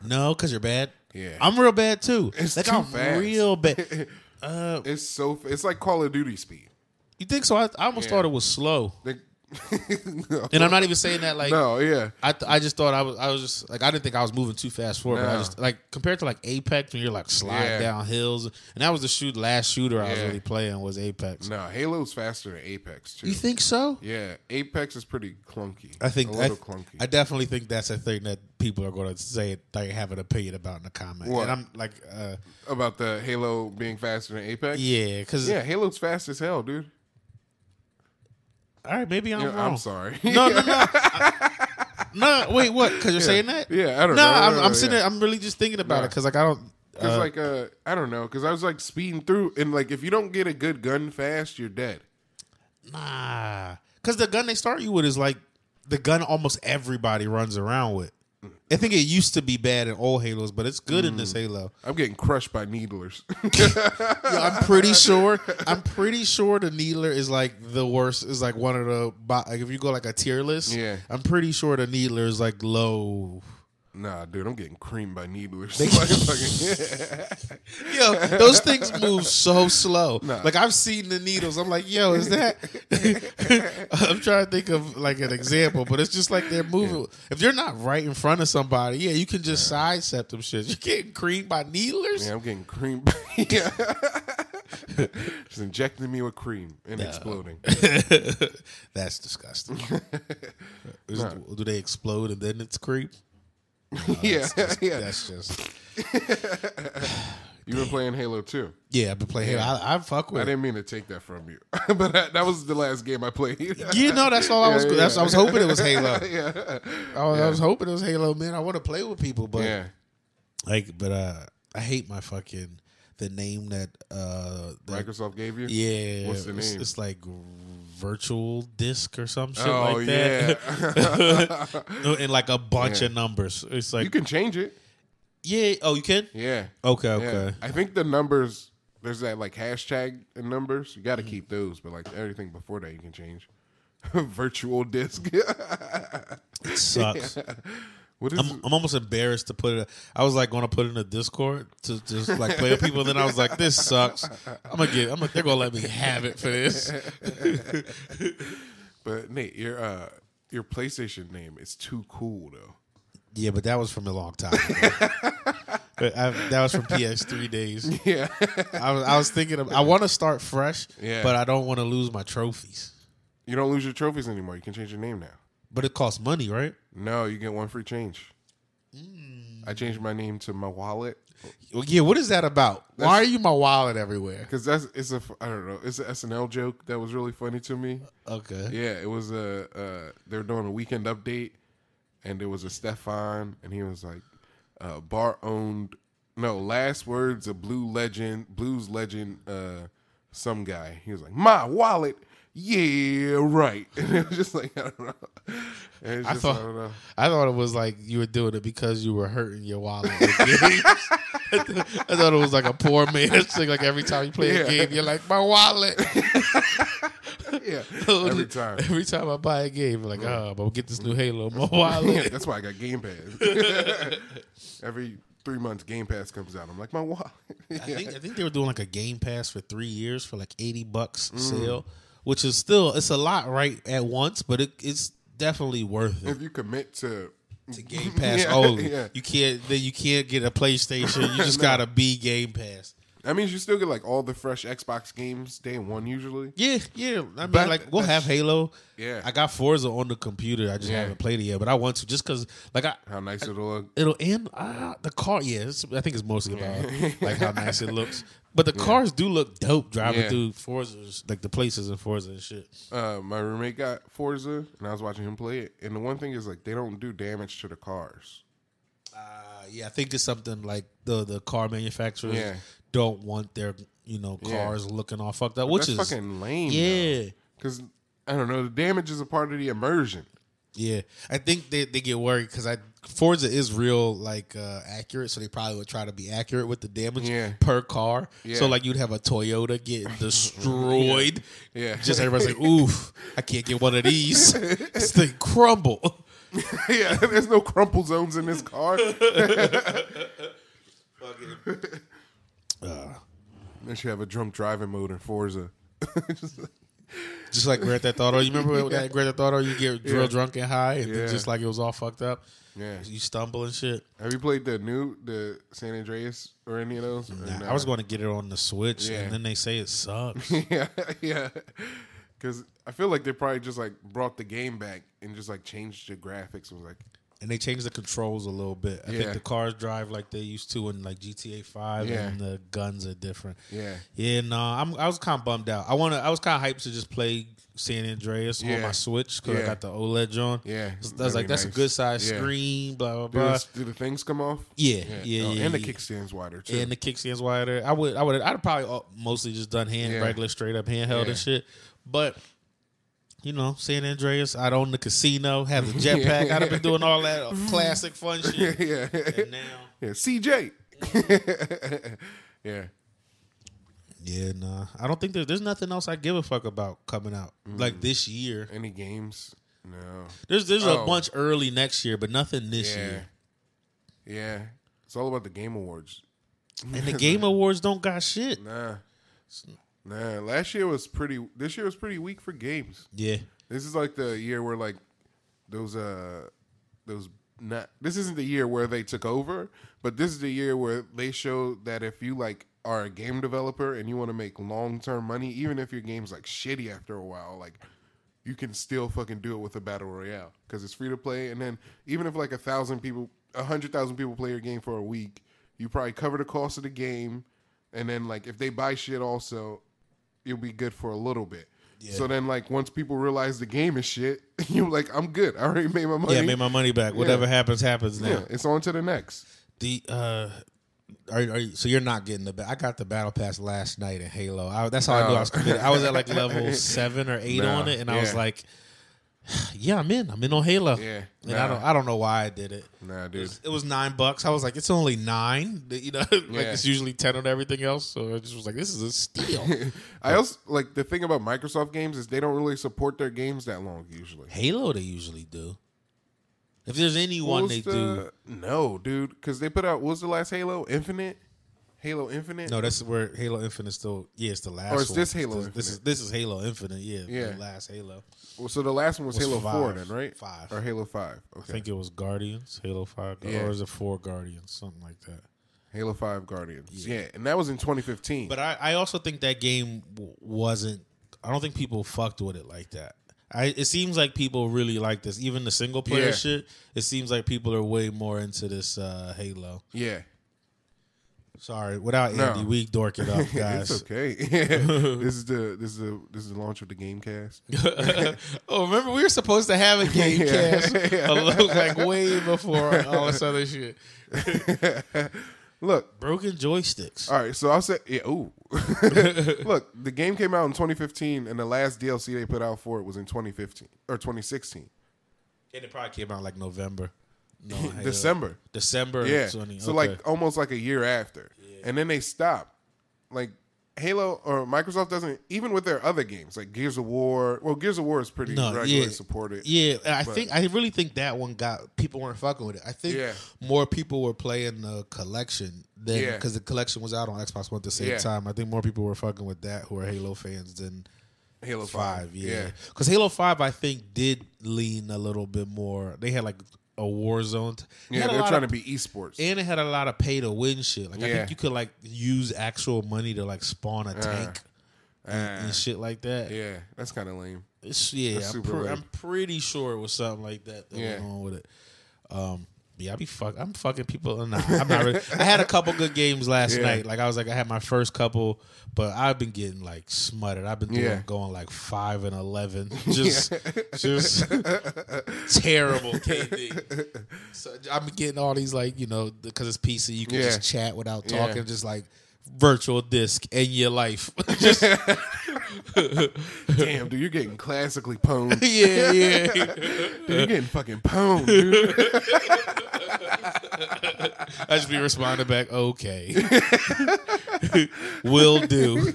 No, because you're bad.
Yeah.
I'm real bad too.
It's
like
too
I'm
fast.
real bad. Uh,
it's so it's like Call of Duty speed.
you think so? I, I almost
Yeah.
thought it was slow,
Like, no,
and I'm not even saying that like.
no, yeah,
I, th- I just thought I was I was just like I didn't think I was moving too fast forward. But I
No.
just like compared to like Apex when you're like sliding
Yeah.
down hills, and that was the shoot last shooter I was
Yeah.
really playing was Apex.
no. Halo's faster than Apex too.
You think so?
yeah, Apex is pretty clunky.
I
a
think I,
little clunky.
I definitely think that's a thing that people are going to say they have an opinion about in the comment.
What?
And I'm like, uh,
About the Halo being faster than Apex.
yeah, because
Yeah, Halo's fast as hell, dude.
all right, maybe I'm
Yeah,
wrong.
I'm sorry.
No, no, no. no, wait, what? Because you're saying that?
yeah, I don't
no,
know.
I'm,
No, no,
I'm sitting.
yeah.
there- I'm really just thinking about
No.
it because like I don't.
Cause
uh,
like uh, I don't know, cause I was like speeding through, and like if you don't get a good gun fast, you're dead.
Nah, because the gun they start you with is like the gun almost everybody runs around with. I think it used to be bad in old Halos, but it's good in this Halo.
I'm getting crushed by needlers.
Yeah, I'm pretty sure. I'm pretty sure the Needler is like the worst. Is like one of the bo- like if you go like a tier list.
Yeah.
I'm pretty sure the Needler is like low.
nah, dude, I'm getting creamed by needlers. Like, fucking-
Yo, those things move so slow. Like I've seen the needles. I'm like, yo, is that? I'm trying to think of like an example, but it's just like they're moving. If you're not right in front of somebody, yeah, you can just sidestep them shit. You're getting creamed by needlers.
yeah, I'm getting creamed. By, yeah. Just injecting me with cream and exploding.
That's disgusting. Is- Do they explode and then it's creep?
yeah, yeah.
That's just
You've been playing Halo too.
yeah. I've been playing. I, I fuck
I
with. it.
didn't mean to take that from you, but that, that was the last game I played.
You know, that's all I was.
Yeah, yeah.
That's, I was hoping it was Halo.
yeah,
I, was, I was hoping it was Halo, man. I want to play with people, but
yeah.
Like, but uh, I hate my fucking the name that uh, the,
Microsoft gave you.
yeah,
What's the
it's,
name?
it's like virtual disc or some shit
Oh
like that,
yeah.
No, and like a bunch of numbers. It's
you
like
can change it.
yeah, oh, you can.
Yeah.
Okay,
Yeah.
okay.
I think the numbers. There's that like hashtag in numbers. You got to keep those, but like everything before that, you can change. Virtual disk.
It sucks.
what is?
I'm, I'm almost embarrassed to put it. I was like going to put it in a Discord to just like play with people. And then I was like, this sucks. I'm gonna get. I'm gonna, they're gonna let me have it for this.
but Nate, your uh, your PlayStation name is too cool though.
Yeah, but that was from a long time. ago. But I, that was from PS3 days.
Yeah.
I was, I was thinking of, I want to start fresh,
Yeah.
but I don't want to lose my trophies.
you don't lose your trophies anymore. You can change your name now.
But it costs money, right?
No, you get one free change. I changed my name to my wallet
Well, yeah. What is that about? Why are you my wallet everywhere?
because that's it's a I don't know it's an SNL joke that was really funny to me.
Okay.
Yeah, it was a uh, they were doing a weekend update, and there was a Stefan, and he was like, uh, "Bar owned, no last words of blue legend, blues legend, uh, some guy." He was like, "My wallet, yeah, right." And it was just like I don't know. And it's
I
just, I,
thought
don't know.
I thought it was like you were doing it because you were hurting your wallet. with games. I thought it was like a poor man's thing. Like every time you play a
Yeah.
game, you're like my wallet.
Yeah, every time.
Every time I buy a game, I'm like oh, I'm gonna get this new Halo, my
Yeah,
wallet.
that's why I got Game Pass. every three months, Game Pass comes out. I'm like, my wallet.
I think I think they were doing like a Game Pass for three years for like eighty bucks
Mm.
sale, which is still it's a lot right at once, but it, it's definitely worth it.
if you commit to
To Game Pass
Yeah,
only,
yeah.
you can't then you can't get a PlayStation. You just gotta be Game Pass.
that means you still get like all the fresh Xbox games day one usually.
Yeah, yeah. I mean,
But-
like we'll have Halo.
Yeah.
I got Forza on the computer. I just
Yeah.
haven't played it yet, but I want to just because like I
How nice it'll look.
it'll end uh, the car. Yeah, it's, I think it's mostly about like how nice it looks. But the cars do look dope driving
Yeah.
through Forza's like the places in Forza and shit.
Uh, my roommate got Forza, and I was watching him play it. And the one thing is like they don't do damage to the cars.
Uh, yeah, I think it's something like the the car manufacturers
Yeah.
don't want their you know
Yeah.
cars looking all fucked up, which
That's
is
fucking lame.
yeah.
because I don't know. The damage is a part of the immersion.
Yeah, I think they, they get worried because I Forza is real like uh, accurate, so they probably would try to be accurate with the damage
Yeah.
per car.
Yeah.
So like you'd have a Toyota getting destroyed.
Yeah.
just everybody's like, "Oof, I can't get one of these." this thing crumble.
yeah, there's no crumple zones in this car. Uh, They should have a drunk driving mode in Forza.
Just like Grand Theft Auto, you remember when that Grand Theft Auto? You get real drunk and high, and
Yeah.
then just like it was all fucked up.
Yeah.
you stumble and shit.
Have you played the new the San Andreas or any of those? Or
Nah,
no?
I was going to get it on the Switch,
Yeah.
and then they say it sucks.
yeah, yeah. Because I feel like they probably just like brought the game back and just like changed the graphics. Was like,
and they changed the controls a little bit. I
Yeah.
think the cars drive like they used to in like GTA Five,
Yeah.
and the guns are different.
Yeah.
yeah. No, I'm I was kind of bummed out. I want to. I was kind of hyped to just play San Andreas
Yeah.
on my Switch because
Yeah.
I got the E OLED John.
Yeah,
I was
that'd
like,
be
that's
nice.
a good size
Yeah.
screen. Blah blah
do,
blah.
this- do the things come off?
Yeah, yeah, yeah.
Oh, and the
yeah.
kickstand's wider too.
And the kickstand's wider. I would, I would, I'd probably all- mostly just done hand
Yeah.
regular, straight up handheld
Yeah.
and shit. But you know, San Andreas, I'd own the casino, have the jetpack. I'd have been doing all that uh, classic fun shit.
yeah,
And now,
yeah. CJ. yeah,
yeah, nah, I don't think there, there's nothing else I give a fuck about coming out
Mm.
like this year.
any games? No.
There's there's
Oh.
a bunch early next year, but nothing this
Yeah,
year.
yeah. It's all about the game awards.
And the Game Awards don't got shit.
Nah, nah. Last year was pretty. This year was pretty weak for games.
Yeah,
This is like the year where like those uh those not this isn't the year where they took over, but this is the year where they show that if you like are a game developer and you want to make long term money, even if your game's like shitty after a while, like you can still fucking do it with a battle royale because it's free to play. And then even if like a thousand people, a hundred thousand people play your game for a week, you probably cover the cost of the game. And then like if they buy shit also, you'll be good for a little bit. So then, like, once people realize the game is shit, you're like, I'm good. I already made my money.
yeah, I made my money back. Whatever happens, happens now.
Yeah, it's on to the next.
The uh, are, are you, so you're not getting the. ba- I got the battle pass last night in Halo. I, that's how I knew I was committed. I was at like level seven or eight
Nah,
on it, and I was
yeah.
like, "Yeah, I'm in. I'm in on Halo."
Yeah,
and
nah.
I don't. I don't know why I did it.
Nah, dude.
It was nine bucks. I was like, "It's only nine. You know, like
Yeah.
it's usually ten on everything else. So I just was like, "This is a steal."
I also like the thing about Microsoft games is they don't really support their games that long usually.
Halo, they usually do. If there's
What
anyone
was
they do,
the- No, dude, because they put out what was the last Halo Infinite, Halo Infinite.
no, that's where Halo Infinite still. Yeah, it's the last.
Or is
one.
this Halo
This, this is this is Halo Infinite. Yeah,
Yeah.
the last Halo.
Well, so the last one was,
Was
Halo
five.
Four, then right?
Five.
or Halo Five.
I
Okay,
think it was Guardians, Halo Five,
Yeah.
or is it Four Guardians, something like that.
Halo Five Guardians. Yeah. and that was in 2015.
But I, I also think that game w- wasn't. I don't think people fucked with it like that. I, it seems like people really like this, even the single player
Yeah.
shit. It seems like people are way more into this uh, Halo.
yeah,
Sorry, without
No.
Andy, we dork it up,
it's
guys.
okay. this is the this is the this is the launch of the GameCast.
oh, remember we were supposed to have a game
Yeah.
cast
Yeah.
a little, like way before all this other shit.
Look,
Broken joysticks.
All right, so I'll say, yeah, ooh. Look, the game came out in 2015, and the last DLC they put out for it was in 2015 or 2016,
And it probably came out like November. No, Halo.
December.
December.
Yeah,
20.
so
okay.
like almost like a year after, and then they stopped. Like Halo or Microsoft doesn't even with their other games like Gears of War. Well, Gears of War is pretty
No,
regularly
yeah.
supported.
Yeah, and I
But-
think I really think that one got people weren't fucking with it. I think
Yeah.
more people were playing the collection than
Yeah.
because the collection was out on Xbox One at the same
Yeah.
time. I think more people were fucking with that who are Halo fans than
Halo
Five. Yeah,
yeah.
because Halo Five I think did lean a little bit more. They had like a war zone. t- they
Yeah,
had a
they're
lot
trying
of-
to be esports.
and it had a lot of pay to win shit. Like I
Yeah. Uh,
think you could like use actual money to like spawn a tank and,
Ah,
and shit like that.
yeah, that's kind of lame.
It's, yeah, I'm,
super
pre-
lame.
I'm pretty sure it was something like that that
Yeah.
went on with it. Um, yeah, I be fuck. I'm fucking people. Nah, I'm not. Really, I had a couple good games last
Yeah.
night. Like I was like, I had my first couple, but I've been getting like smutted. I've been doing
Yeah.
going like five and eleven, just just terrible KD. So I'm getting all these like you know because it's PC, you can
Yeah.
just chat without
Yeah.
talking, just like virtual disc in your life. just
Damn, dude, you're getting classically pwned. dude,
yeah, yeah.
you're getting fucking pwned, dude.
I just be responding back, okay. Will do.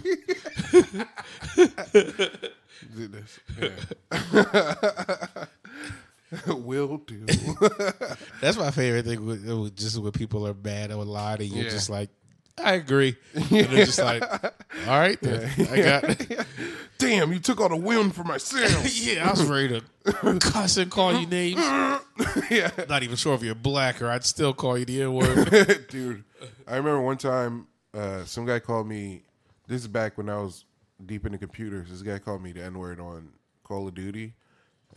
Did this. Yeah. Will do.
That's my favorite thing. With, with- just when people are mad or lie to you,
Yeah.
just like, I agree. And they're just like, all right, then. I got.
Damn, you took all the wind for myself.
yeah, I was ready to cuss and call you names.
yeah.
Not even sure if you're black or I'd still call you the N word.
dude. I remember one time uh, some guy called me. This is back when I was deep into computers. This guy called me the N word on Call of Duty,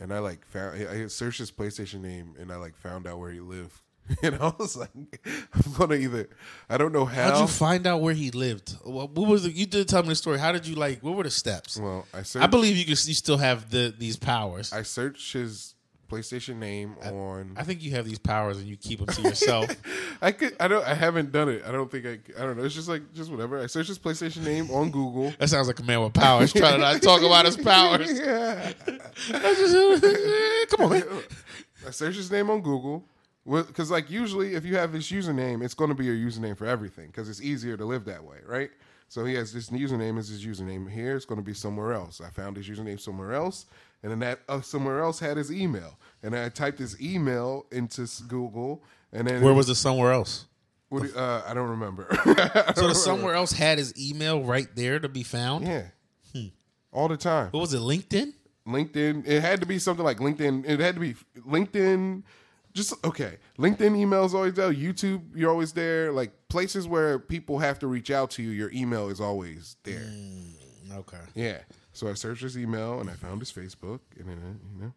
and I like found I I searched his PlayStation name, and I like found out where he lived. And I was like, I'm gonna either. I don't know how.
How'd you find out where he lived? What, what was the, you did tell me the story? How did you like? What were the steps?
well, I searched.
I believe you can. You still have the these powers.
I searched his PlayStation name on.
I think you have these powers and you keep them to yourself.
I could. I don't. I haven't done it. I don't think I. c- I don't know. It's just like just whatever. I searched his PlayStation name on Google.
That sounds like a man with powers trying to not talk about his powers.
yeah.
That's just- uh, Come on, man.
I search his name on Google because, like, usually if you have this username, it's going to be your username for everything because it's easier to live that way, right? So he has this username as his username here. It's going to be somewhere else. I found his username somewhere else, and then that uh, somewhere else had his email, and I typed his email into s- Google, and then
Where was it somewhere else?
what do- uh, I don't remember.
So the somewhere else had his email right there to be found.
yeah, Hmm. all the time.
What was it, LinkedIn?
LinkedIn. It had to be something like LinkedIn. It had to be LinkedIn. Just okay. LinkedIn emails always there. YouTube, you're always there. Like places where people have to reach out to you, your email is always there.
Okay.
Yeah. So I searched his email and I found his Facebook and then uh, you know,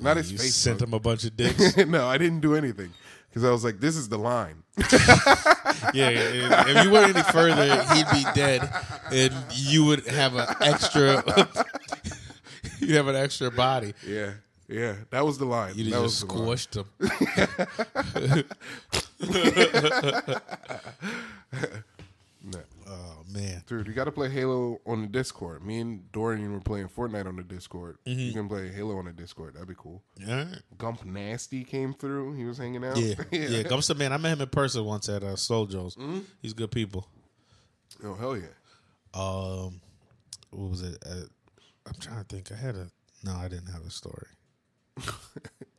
not his
You
Facebook.
sent him a bunch of dicks.
no, I didn't do anything because I was like, this is the line.
yeah, yeah, yeah. If you went any further, he'd be dead, and you would have an extra. you have an extra body.
yeah. Yeah, that was the line.
You
that
just
was the line.
squashed him.
No.
Oh man.
Dude, you got to play Halo on the Discord. Me and Dorian were playing Fortnite on the Discord.
Mm-hmm.
You can play Halo on the Discord. That'd be cool.
All right.
Gump Nasty came through. He was hanging out.
Yeah, yeah. Gumpster man, I met him in person once at uh, Soul Joe's.
Mm-hmm.
He's good people.
Oh hell yeah.
Um, what was it? Uh, I'm trying to think. I had a no. I didn't have a story.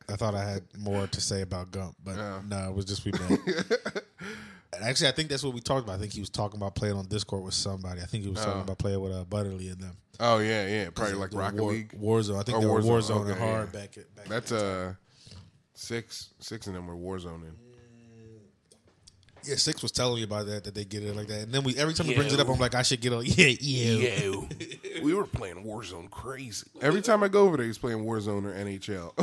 I thought I had more to say about Gump, but no, it was just we met. And actually, I think that's what we talked about. I think he was talking about playing on Discord with somebody. I think he was talking about playing with uh, Butterly and them.
Oh yeah, yeah. Probably Oh. like
The
Rocket
War,
League.
Warzone. I think
Oh,
they were
Warzone.
Warzone and
Okay,
hard
yeah.
back at back.
That's uh six. Six of them were Warzone in.
yeah, Six was telling me about that that they get it like that, and then we every time he brings it up, I'm like, I should get on. Yeah, yeah,
we were playing Warzone crazy. Every time I go over there, he's playing Warzone or NHL.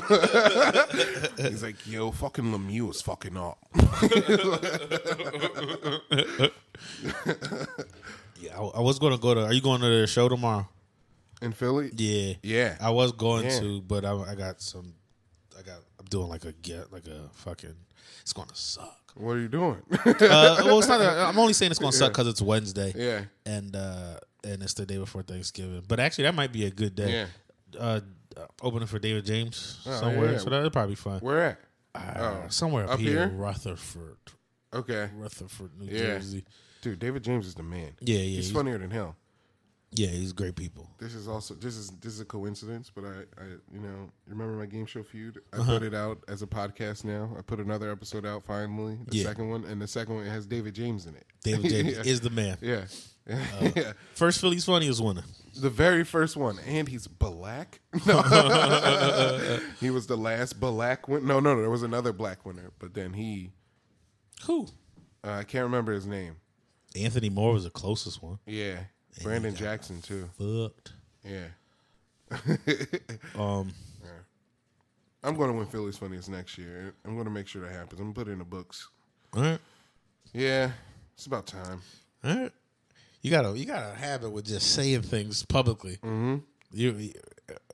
he's like, "Yo, fucking Lemieux is fucking up."
yeah. I, I was going to go to. Are you going to the show tomorrow?
In Philly,
Yeah,
Yeah.
I was going
Yeah.
to, but I, I got some. I got. I'm doing like a get, like a fucking. It's gonna suck.
What are you doing?
Uh, well, it's not. i I'm only saying it's gonna suck because it's Wednesday.
yeah.
And uh, and it's the day before Thanksgiving. But actually, that might be a good day. Uh, opening for David James
Oh, yeah,
somewhere,
yeah.
so that'll probably be fun.
Where at?
Uh, somewhere up,
Up here?
here, Rutherford.
Okay.
Rutherford, New
Yeah.
Jersey.
Dude, David James is the man.
Yeah, yeah,
He's,
he's-
funnier than hell.
Yeah, he's great people.
This is also this is this is a coincidence, but I, I you know remember my game show feud? I
Uh-huh.
put it out as a podcast now. I put another episode out finally, the
Yeah.
second one, and the second one has David James in it.
David James
yeah.
is the man.
yeah.
Oh.
yeah,
First Philly's funniest winner.
the very first one, and he's black. No, he was the last black win. No, no, no, there was another black winner, but then he,
Who?
uh, I can't remember his name.
Anthony Moore was the closest one.
Yeah, Brandon Jackson too.
Fucked.
Yeah,
Um,
I'm going to win Philly's Funniest next year. I'm going to make sure that happens. I'm going to put it in the books.
all right,
Yeah, it's about time.
all right. You got to you got to habit with just saying things publicly. Mm-hmm. You,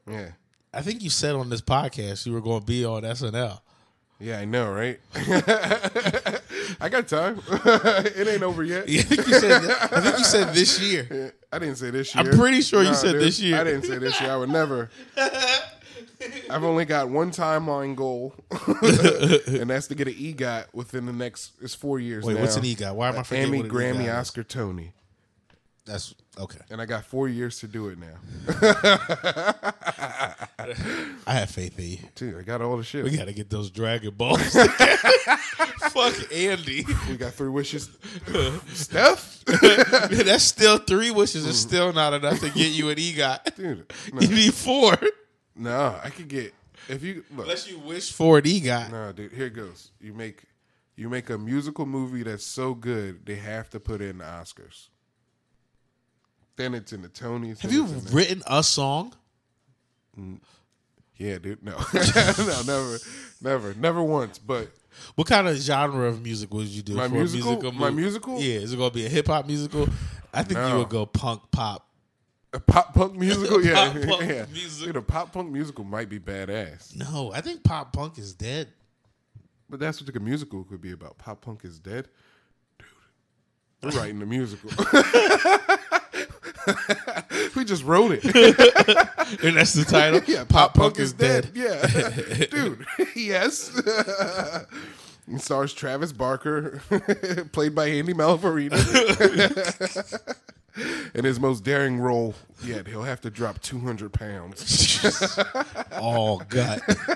Yeah,
I think you said on this podcast you were going to be on SNL.
yeah, I know, right? I got time. it ain't over yet.
I think you said, I think you said this year.
I didn't say this year.
I'm pretty sure you said
dude,
this year.
I didn't say this year. I would never. I've only got one timeline goal, and that's to get an E EGOT within the next. It's four years.
Wait,
now.
what's an E EGOT? Why am I forgetting
Emmy,
what an
Grammy,
EGOT is?
Oscar, Tony,
That's okay.
and I got four years to do it now.
I have faith in you.
Dude, I got all the shit.
We got to get those Dragon Balls. Fuck Andy.
We got three wishes. Steph?
That's still three wishes. It's still not enough to get you an EGOT.
Dude,
You need four.
no, I could get if you look.
Unless you wish for an EGOT.
No, dude, here it goes. You make you make a musical movie that's so good they have to put it in the Oscars. Then it's in the Tonys.
Have
then
you
it's in the-
written a song?
yeah, dude. No, no, never, never, never once. But
What kind of genre of music would you do?
My
for
musical?
A musical
My
movie?
musical?
Yeah, is it gonna be a hip hop musical? I think
No.
you would go punk pop.
a pop punk musical, yeah,
Pop punk
yeah.
music.
Dude, a pop punk musical might be badass.
No, I think pop punk is dead.
But that's what the musical could be about. Pop punk is dead. Dude, we're writing a musical. we just wrote it.
And that's the title.
Yeah,
pop punk is dead.
Yeah, dude. yes. It stars Travis Barker, played by Andy Malvarino, in his most daring role yet. He'll have to drop two hundred pounds.
All gut.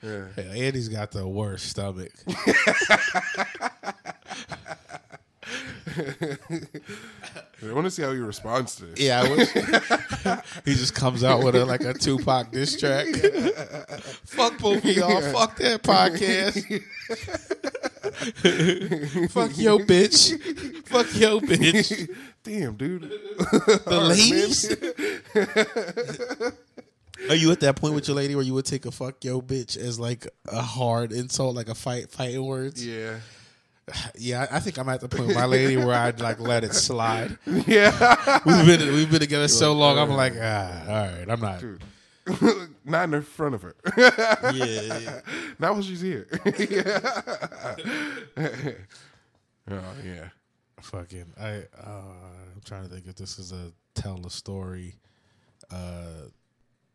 Hell, Andy's got the worst stomach.
I want to see how he responds to this.
Yeah, I wish. he just comes out with a, like a Tupac diss track. fuck both of y'all. Fuck that podcast. fuck yo bitch. Fuck yo bitch.
Damn, dude.
The ladies. Are you at that point with your lady where you would take a fuck yo bitch as like a hard insult, like a fight fighting words?
Yeah.
Yeah, I I think I'm at the point with my lady where I'd like let it slide.
Yeah.
We've been we've been together so long. I'm like, ah, all right, I'm not.
Not in front of her.
Yeah, yeah.
Not when she's here. oh yeah.
fucking. I uh, I'm trying to think if this is a tell a story. Uh,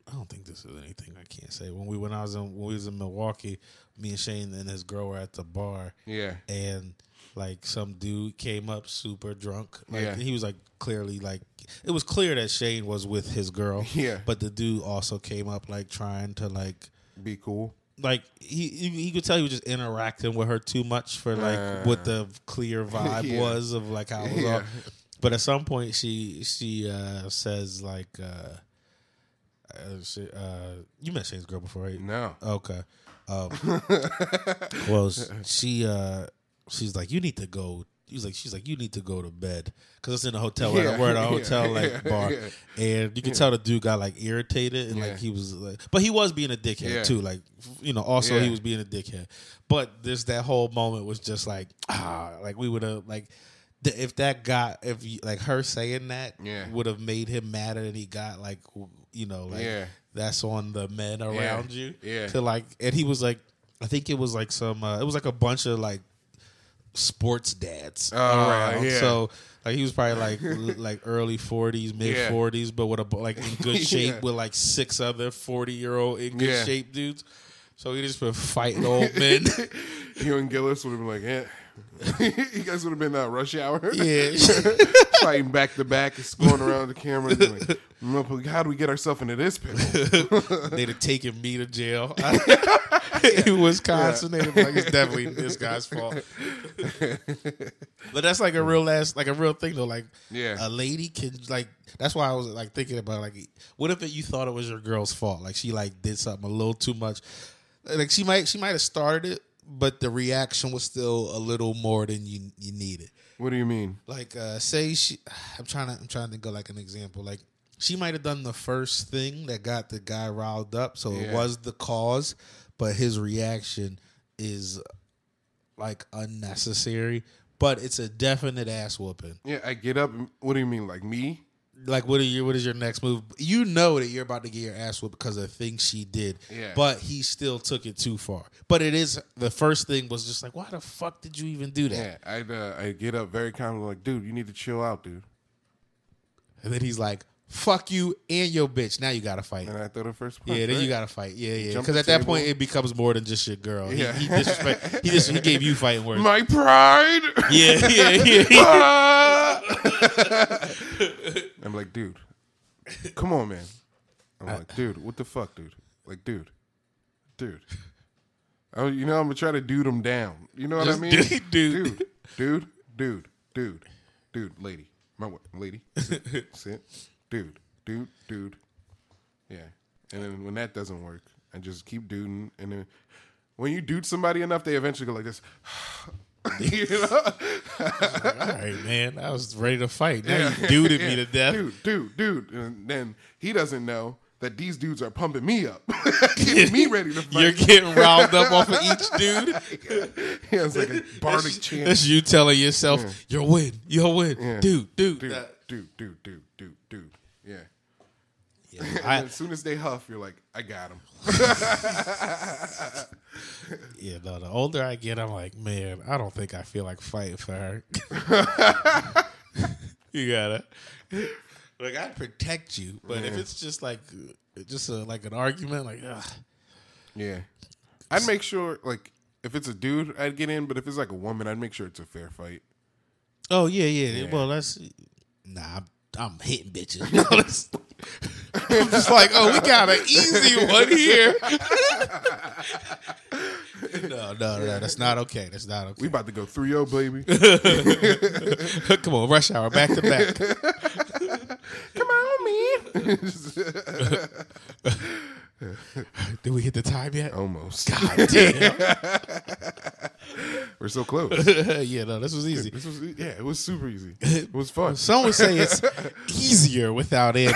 I don't think this is anything I can't say. When we when I was in when we was in Milwaukee, me and Shane and his girl were at the bar,
Yeah.
and like some dude came up super drunk. Like
Yeah.
he was like clearly like it was clear that Shane was with his girl.
Yeah.
but the dude also came up like trying to like
Be cool.
like he you, you could tell he was just interacting with her too much for like
Uh.
what the clear vibe
Yeah.
was of like how it was
Yeah.
all. But at some point she she uh says like uh, uh, she, uh you met Shane's girl before, right?
No.
Okay. Um, well, s- she uh, she's like, you need to go. He's like, she's like, you need to go to bed because it's in a hotel. We're at a-
Yeah,
we're at a
yeah,
hotel like
yeah,
bar,
yeah.
and you can tell the dude got like irritated and
Yeah.
like he was like, but he was being a dickhead
Yeah.
too. Like, f- you know, also
Yeah.
he was being a dickhead. But this that whole moment was just like ah, like we would have like. th- If that got if you, like her saying that
Yeah.
would have made him madder than he got like w- you know like
Yeah.
that's on the men around you.
Yeah.
To like, and he was like, I think it was like some, uh, it was like a bunch of like sports dads around.
Oh, yeah.
So like he was probably like l- like early forties, mid forties, but with a bu- like in good shape
Yeah.
with like six other forty year old in good
Yeah.
shape dudes. So he just been fighting old men.
you and Gillis would have been like, eh. you guys would have been that rush hour.
Yeah.
Fighting back to back, going around the camera. And like, "Motherfucker, how do we get ourselves into this pickle?
They'd have taken me to jail. in Wisconsin, they'd have been like, it's definitely this guy's fault. but that's like a real last, like a real thing though. Like,
Yeah.
a lady can like. That's why I was like thinking about like, what if you thought it was your girl's fault? Like she like did something a little too much. Like she might she might have started it, but the reaction was still a little more than you you needed
What do you mean?
like uh say she i'm trying to i'm trying to think of like an example like she might have done the first thing that got the guy riled up so it
Yeah.
was the cause but his reaction is like unnecessary but it's a definite ass whooping
Yeah, I get up. What do you mean? Like me?
like what are your what is your next move you know that you're about to get your ass whooped because of things she did
Yeah.
but he still took it too far but it is the first thing was just like why the fuck did you even do that
Yeah, I'd uh, I get up very calmly, like, dude, you need to chill out, dude.
and then he's like fuck you and your bitch now you gotta fight
And I throw the first punch.
Yeah, then
right?
you gotta fight. Yeah, yeah.
Jump
Because
the
at that
table.
point, it becomes more than just your girl. He-
Yeah.
He, disrespect. He just he gave you fighting words.
my pride.
yeah, yeah, yeah. yeah.
Ah! I'm like, dude, come on, man. I'm like, dude, what the fuck, dude? Like, dude, dude. Oh, you know, I'm gonna try to dude him down. You know what
Just
I mean,
dude- dude.
dude, dude, dude, dude, dude, lady, my wa- lady, sit, sit, dude, dude, dude. Yeah, and then when that doesn't work, I just keep duding, and then when you dude somebody enough, they eventually go like this. you know?
All right, man. I was ready to fight. Now you duded me to death.
Dude, dude, dude. And then he doesn't know that these dudes are pumping me up, getting me ready to
You're
fight.
getting riled up off of each dude.
yeah, it's like a bardic chant.
That's you telling yourself, "You'll win, you'll win, dude, dude."
Dude,
That-
dude, dude, dude, dude, dude. Yeah.
yeah,
And
I,
as soon as they huff, you're like, I got him.
yeah, no. The older I get, I'm like, man, I don't think I feel like fighting for her. you gotta, like, I protect you, but if it's just like, uh, just a, like an argument, like, ugh,
Yeah. I'd make sure, like, if it's a dude, I'd get in, but if it's like a woman, I'd make sure it's a fair fight.
oh yeah, yeah, Well, that's nah. I'm, I'm hitting bitches. I'm just like, oh, we got an easy one here. no, no, no, that's not okay. That's not okay.
We about to go 3 0, baby.
Come on, rush hour, back to back.
Come on, man.
Did we hit the time yet?
Almost.
God damn.
We're so close.
yeah, no, this was easy.
This was e, yeah, it was super easy. It was fun.
Some would say it's easier without Andy.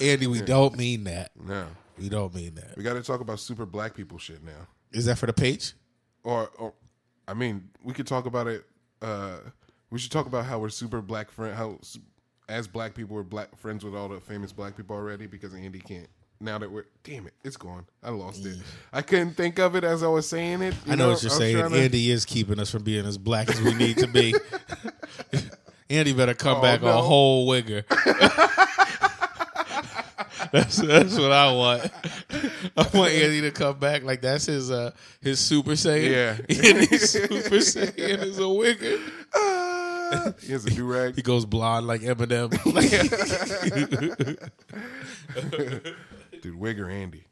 Andy, we don't mean that.
No,
We don't mean that.
we got to talk about super black people shit now.
Is that for the page?
Or, or I mean, we could talk about it. Uh, we should talk about how we're super black friend. How s- as black people we're black friends with all the famous black people already because Andy can't. Now that we're damn it, it's gone. I lost it. I couldn't think of it as I was saying it. you
I know, what you're
I was
saying.
trying to-
Andy is keeping us from being as black as we need to be. Andy better come back a
Oh, no.
whole wigger. that's that's what I want. I want Andy to come back like that's his uh his super saiyan.
Yeah.
Andy's super saiyan is a wigger.
Ah, he has a do
He
rag.
goes blonde like Eminem.
Dude, Wigger Andy.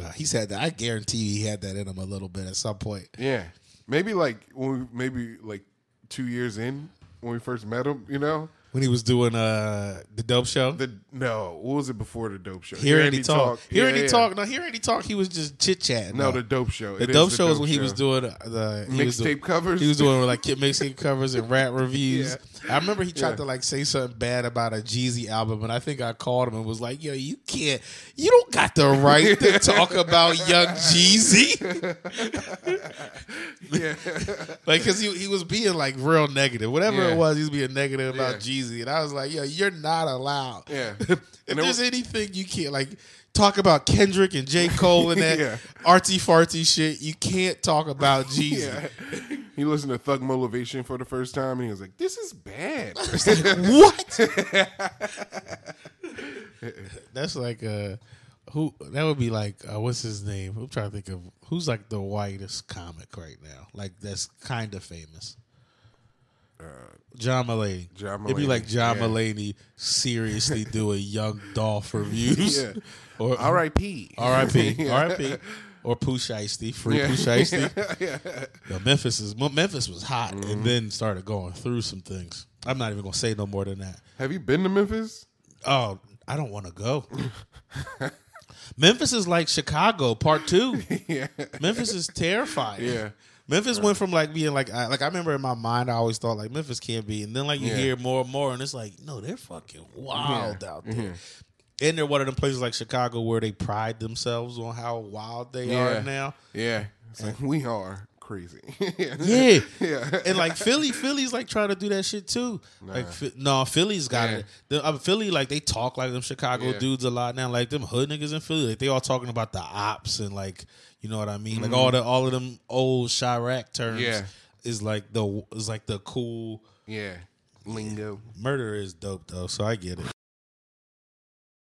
Uh, he's had that. I guarantee he had that in him a little bit at some point.
Yeah, maybe like when we, maybe like two years in when we first met him. You know,
When he was doing uh the dope show.
The no, what was it before the dope show?
hearing he talk. Hearing
Yeah,
he
yeah.
talk. No, hearing he talk, he was just chit chatting.
No, the dope show.
the dope show is when he was doing uh, the he was doing-
Mixtape covers?
He was doing like kid mixtape covers and rap reviews. I remember he tried
Yeah.
to like say something bad about a Jeezy album, and I think I called him and was like, "Yo, you can't, you don't got the right to talk about Young Jeezy."
Yeah,
Like, cause he, he was being like real negative. Whatever
Yeah.
it was, he was being negative about
Yeah.
Jeezy. And I was like, yo, you're not allowed.
Yeah.
if
And it
there's
was-
anything you can't like talk about Kendrick and J. Cole and that
Yeah.
artsy fartsy shit, you can't talk about Jeezy.
yeah. He listened to Thug Motivation for the first time, and he was like, "This is bad."
What? That's like uh who that would be like uh, what's his name? I'm trying to think of who's like the whitest comic right now, like that's kind of famous. John Mulaney.
Uh, John
It'd be
Mulaney,
like John
yeah.
Mulaney seriously doing Young Dolph reviews.
Yeah.
Or
R.I.P.
R.I.P. R.I.P. Or Pooh Shiesty, free
Yeah.
Pooh Shiesty.
yeah. Mm-hmm.
Yo, Memphis is Mem- Memphis was hot, and then started going through some things. I'm not even gonna say no more than that.
Have you been to Memphis?
Oh, I don't want to go. Memphis is like Chicago Part Two.
yeah.
Memphis is terrifying.
Yeah.
Memphis went from like being like I, like I remember in my mind I always thought like Memphis can't be, and then like you
Yeah.
hear more and more, and it's like no, they're fucking wild out
Mm-hmm.
there. And they're one of them places like Chicago where they pride themselves on how wild they
Yeah.
are now.
Yeah. It's like we are crazy.
Eh. Yeah.
Yeah.
And like Philly, Philly's like trying to do that shit too. Like Phi- no, Philly's got
Yeah.
it. The, uh, Philly like they talk like them Chicago
Yeah.
dudes a lot now. Like them hood niggas in Philly, like they all talking about the ops and like you know what I mean. Like all the all of them old Chirac terms
Mm-hmm. Yeah.
is like the is like the cool
yeah. Lingo.
murder is dope though. So I get it.